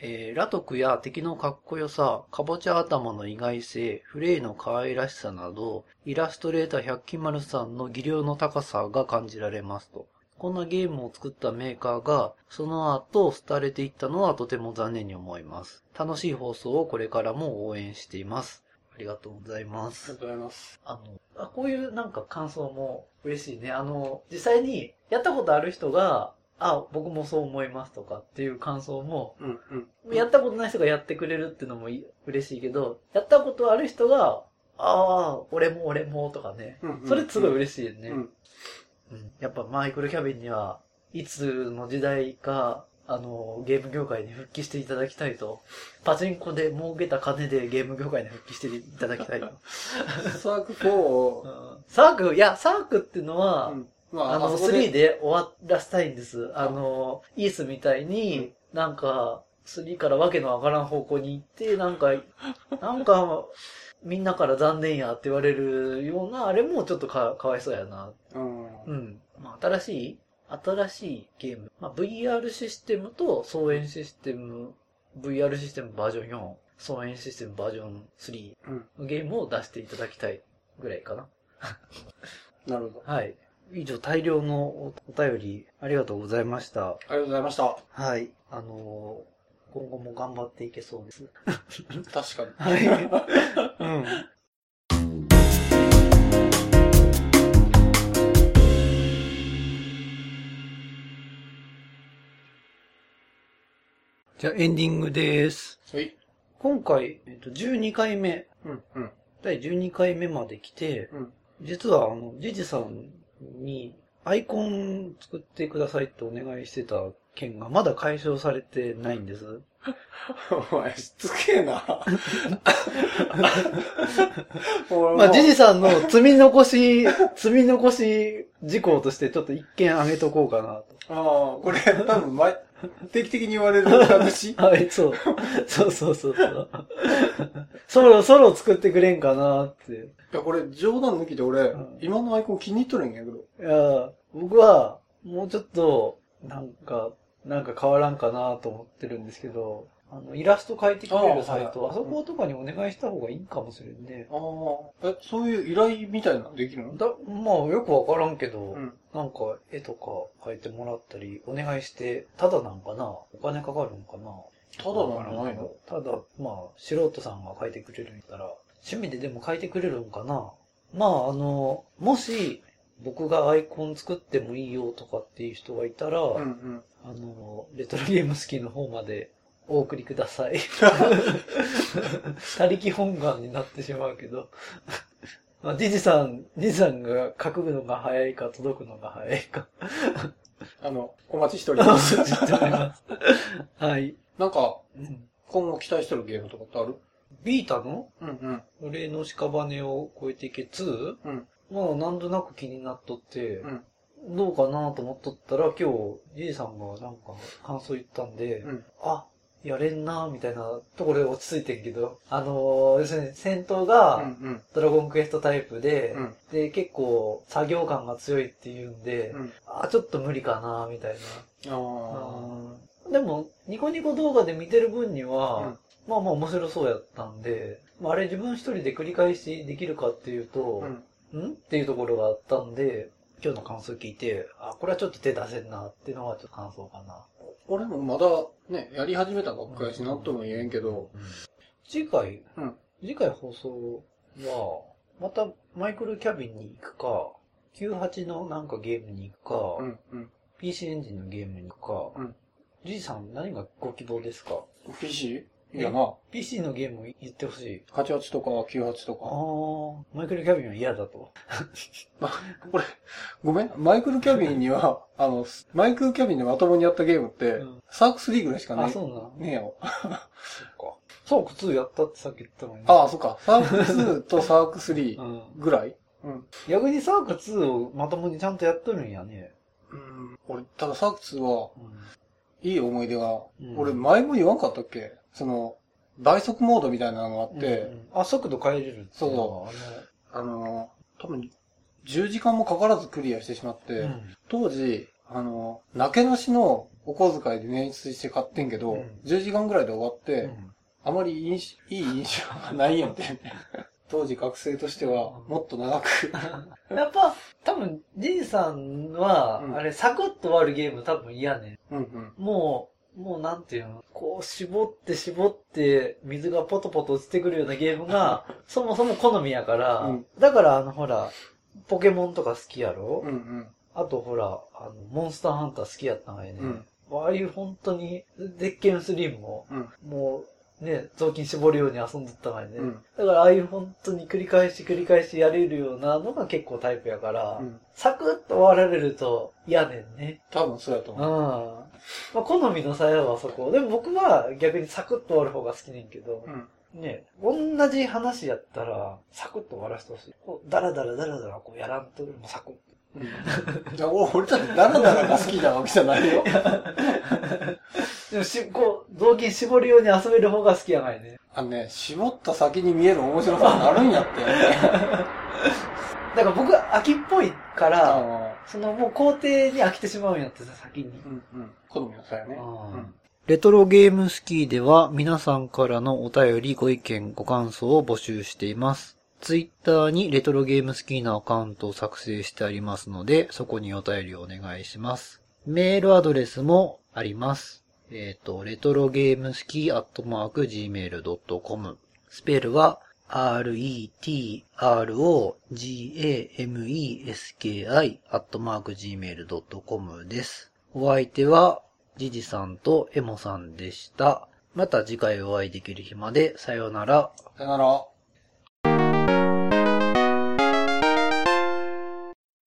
Speaker 1: えー、ラトクや敵のかっこよさ、カボチャ頭の意外性、フレイの可愛らしさなど、イラストレーター百鬼丸さんの技量の高さが感じられますと。こんなゲームを作ったメーカーが、その後、廃れていったのはとても残念に思います。楽しい放送をこれからも応援しています。ありがとうございま
Speaker 2: ありが
Speaker 1: す。
Speaker 2: とうございます。
Speaker 1: あの、あこういうなんか感想も嬉しいね。あの、実際にやったことある人が、あ、僕もそう思いますとかっていう感想も、
Speaker 2: うん、うん。
Speaker 1: やったことない人がやってくれるってのもい嬉しいけど、やったことある人が、ああ、俺も俺もとかね。
Speaker 2: うんうん
Speaker 1: それすごい嬉しいよね。
Speaker 2: うん。
Speaker 1: うんやっぱマイクロキャビンには、いつの時代か、あの、ゲーム業界に復帰していただきたいと。パチンコで儲けた金でゲーム業界に復帰していただきたいと。
Speaker 2: サーク4を
Speaker 1: う、んサーク、いや、サークっていうのは、
Speaker 2: うんま
Speaker 1: あの、
Speaker 2: そこで
Speaker 1: 3で終わらせたいんです。あの、イースみたいに、なんか、3からわけのわからん方向に行って、なんか、なんか、みんなから残念やって言われるような、あれもちょっとかかわいそうやな
Speaker 2: うん
Speaker 1: うん。まあ、新しい、新しいゲーム。まあ、VR システムと総演システム、VR システムバージョン4、総演システムバージョン3
Speaker 2: うん。
Speaker 1: のゲームを出していただきたいぐらいかな。
Speaker 2: なるほど。
Speaker 1: はい。以上、大量のおお便り、ありがとうございました。
Speaker 2: ありがとうございました。
Speaker 1: はい。あのー今後も頑張っていけそうです。
Speaker 2: 確かに。
Speaker 1: はい。うん。 [LAUGHS] じゃあエンディングです。
Speaker 2: はい。
Speaker 1: 今回、えっと、12回目、
Speaker 2: うん、うん、
Speaker 1: 第12回目まで来て、
Speaker 2: うん。
Speaker 1: 実はあの、ジジさんにアイコン作ってくださいってお願いしてた件がまだ解消されてないんです。
Speaker 2: お前、しつけえな。俺
Speaker 1: [LAUGHS] まあ、
Speaker 2: もう
Speaker 1: ジジさんの積み残し、積み残し事項としてちょっと一件挙げとこうかな
Speaker 2: ああ、これ、多分、前、定期的に言われる話
Speaker 1: と。はい、そう。 [LAUGHS] そうそうそうそう。そろそろ作ってくれんかなって。
Speaker 2: いや、これ冗談抜きで俺、
Speaker 1: ん
Speaker 2: 今のアイコン気に入っとるんやけど。
Speaker 1: いや、僕はもうちょっと、なんか、なんか変わらんかなと思ってるんですけど、あの、イラスト描いてくれるサイ
Speaker 2: あ
Speaker 1: ト、
Speaker 2: はい
Speaker 1: あそことかにお願いした方がいいかもしれんね。
Speaker 2: ああ。え、そういう依頼みたいなのできるの
Speaker 1: だ、まあよくわからんけど、
Speaker 2: うん。
Speaker 1: なんか絵とか描いてもらったり、お願いして、ただなんかなお金かかるんかな
Speaker 2: ただなんじゃないの
Speaker 1: ただ、まあ、素人さんが描いてくれるんやったら、趣味ででも描いてくれるんかなまあ、あの、もし、僕がアイコン作ってもいいよとかっていう人がいたら、
Speaker 2: うんうん。
Speaker 1: あの、レトロゲームスキーの方までお送りくださ
Speaker 2: [LAUGHS]
Speaker 1: い。他力本願になってしまうけど。まあ、ジジさん、ジジさんが書くのが早いか届くのが早い
Speaker 2: [LAUGHS]
Speaker 1: か。
Speaker 2: あの、お待ちしており
Speaker 1: お
Speaker 2: ます。
Speaker 1: 待ちしております。はい。
Speaker 2: なんか、
Speaker 1: うん
Speaker 2: 今後期待してるゲームとかってある
Speaker 1: ビータの
Speaker 2: うんうん。
Speaker 1: 俺の屍を越えていけ 2?
Speaker 2: うん。
Speaker 1: まあ、なんとなく気になっとって、
Speaker 2: うん
Speaker 1: どうかなと思っとったら、今日、ジジさんがなんか感想言ったんで、
Speaker 2: うん。
Speaker 1: あ、やれんな、みたいなところで落ち着いてんけど、あのー、要するに戦闘が
Speaker 2: うん
Speaker 1: ドラゴンクエストタイプで、
Speaker 2: うん。
Speaker 1: で、結構作業感が強いっていうんで、
Speaker 2: うん。
Speaker 1: あ、ちょっと無理かな、みたいな。
Speaker 2: あ
Speaker 1: うんでも、ニコニコ動画で見てる分には、
Speaker 2: うん
Speaker 1: まあまあ面白そうやったんで、まあ、あれ自分一人で繰り返しできるかっていう
Speaker 2: あ。
Speaker 1: と
Speaker 2: う、ん。
Speaker 1: んっていうところがあったんで、今日の感想聞いて、あ、これはちょっと手出せんなっていうのがちょっと感想かな。
Speaker 2: 俺もまだ、ね、やり始めたばっかりし、なんとも言えんけど。
Speaker 1: 次回、
Speaker 2: うん
Speaker 1: 次回放送は、またマイクルキャビンに行くか、98のなんかゲームに行くか、
Speaker 2: うんうん。
Speaker 1: PC エンジンのゲームに行くか、
Speaker 2: うん
Speaker 1: じいさん何がご希望ですか
Speaker 2: PC? いやな、
Speaker 1: ?PC のゲームを言ってほしい。
Speaker 2: 88とか98と
Speaker 1: あ
Speaker 2: か。
Speaker 1: ー、マイクルキャビンは嫌だと。
Speaker 2: 俺、ごめん。マイクルキャビンには、あの、マイクルキャビンでまともにやったゲームって、
Speaker 1: うん
Speaker 2: サークスリーぐらいしかね
Speaker 1: あ、そうなの
Speaker 2: ねえよ。
Speaker 1: そっか。サーク2やったってさっき言ったのに。
Speaker 2: ああ、そっか。サーク2とサーク
Speaker 1: う
Speaker 2: 3
Speaker 1: ん。
Speaker 2: ぐらいうん。
Speaker 1: 逆にサーク2をまともにちゃんとやっとるんやね。
Speaker 2: うん。俺、ただサーク2は、
Speaker 1: うん
Speaker 2: いい思い出が、
Speaker 1: うん
Speaker 2: 俺、前も言わんかったっけその、倍速モードみたいなのがあって、
Speaker 1: うんうんあ、速度変えれるっていのは
Speaker 2: あのー、多分、10時間もかからずクリアしてしまって、
Speaker 1: あれうん
Speaker 2: 当時、あの、なけなしのお小遣いで捻出して買ってんけど、
Speaker 1: うん
Speaker 2: 10時間ぐらいで終わって、
Speaker 1: うん
Speaker 2: あまり印いい印象がないんやって。 [LAUGHS] 当時学生としては、もっと
Speaker 1: [LAUGHS]
Speaker 2: 長く。
Speaker 1: やっぱ、多分、ジンさんは、
Speaker 2: うん
Speaker 1: あれ、サクッと終わるゲーム多分嫌ね。
Speaker 2: うんうん。
Speaker 1: もう、もうなんていうの、こう、絞って絞って、水がポトポト落ちてくるようなゲーム
Speaker 2: [LAUGHS]
Speaker 1: が、そもそも好みやから、
Speaker 2: うん
Speaker 1: だから、あの、ほら、ポケモンとか好きやろ、
Speaker 2: うんうん。
Speaker 1: あと、ほら、あの、モンスターハンター好きやったんやね。
Speaker 2: うん
Speaker 1: ああいう本当に、デッケン3も、
Speaker 2: うん
Speaker 1: もう、ね、雑巾絞るように遊んでったんやね。
Speaker 2: うん。
Speaker 1: だからああいう本当に繰り返し繰り返しやれるようなのが結構タイプやから、
Speaker 2: うん。
Speaker 1: サクッと終わられると嫌ねんね。
Speaker 2: 多分そうやと
Speaker 1: うん。
Speaker 2: 思う。
Speaker 1: まあ好みの差やわ、そこ。でも僕は逆にサクッと終わる方が好きねんけど
Speaker 2: う、ん。
Speaker 1: ね、同じ話やったら、サクッと終わらせてほしい。こう、ダラダラダラダラこうやらんと、もうサクッと。
Speaker 2: うん。じゃあ、俺俺たちダラダラが好きなわけじゃないよ。
Speaker 1: でもし、こう、雑巾絞るように遊べる方が好きやないね。
Speaker 2: あのね、絞った先に見える面白さがあるん [LAUGHS] やって。
Speaker 1: だから僕は飽きっぽいから、
Speaker 2: あ
Speaker 1: そのもう工程に飽きてしまうんやってさ、先に
Speaker 2: ー。うんうん。好みの差やね。うん
Speaker 1: レトロゲームスキーでは皆さんからのお便り、ご意見、ご感想を募集しています。ツイッターにレトロゲームスキーのアカウントを作成してありますので、そこにお便りをお願いします。メールアドレスもあります。えっ、と、レトロゲームスキーアットマーク gmail.com。スペルは retrogameski アットマーク gmail.com です。お相手は、ジジさんとエモさんでした。また次回お会いできる日まで、さようなら。
Speaker 2: さよなら。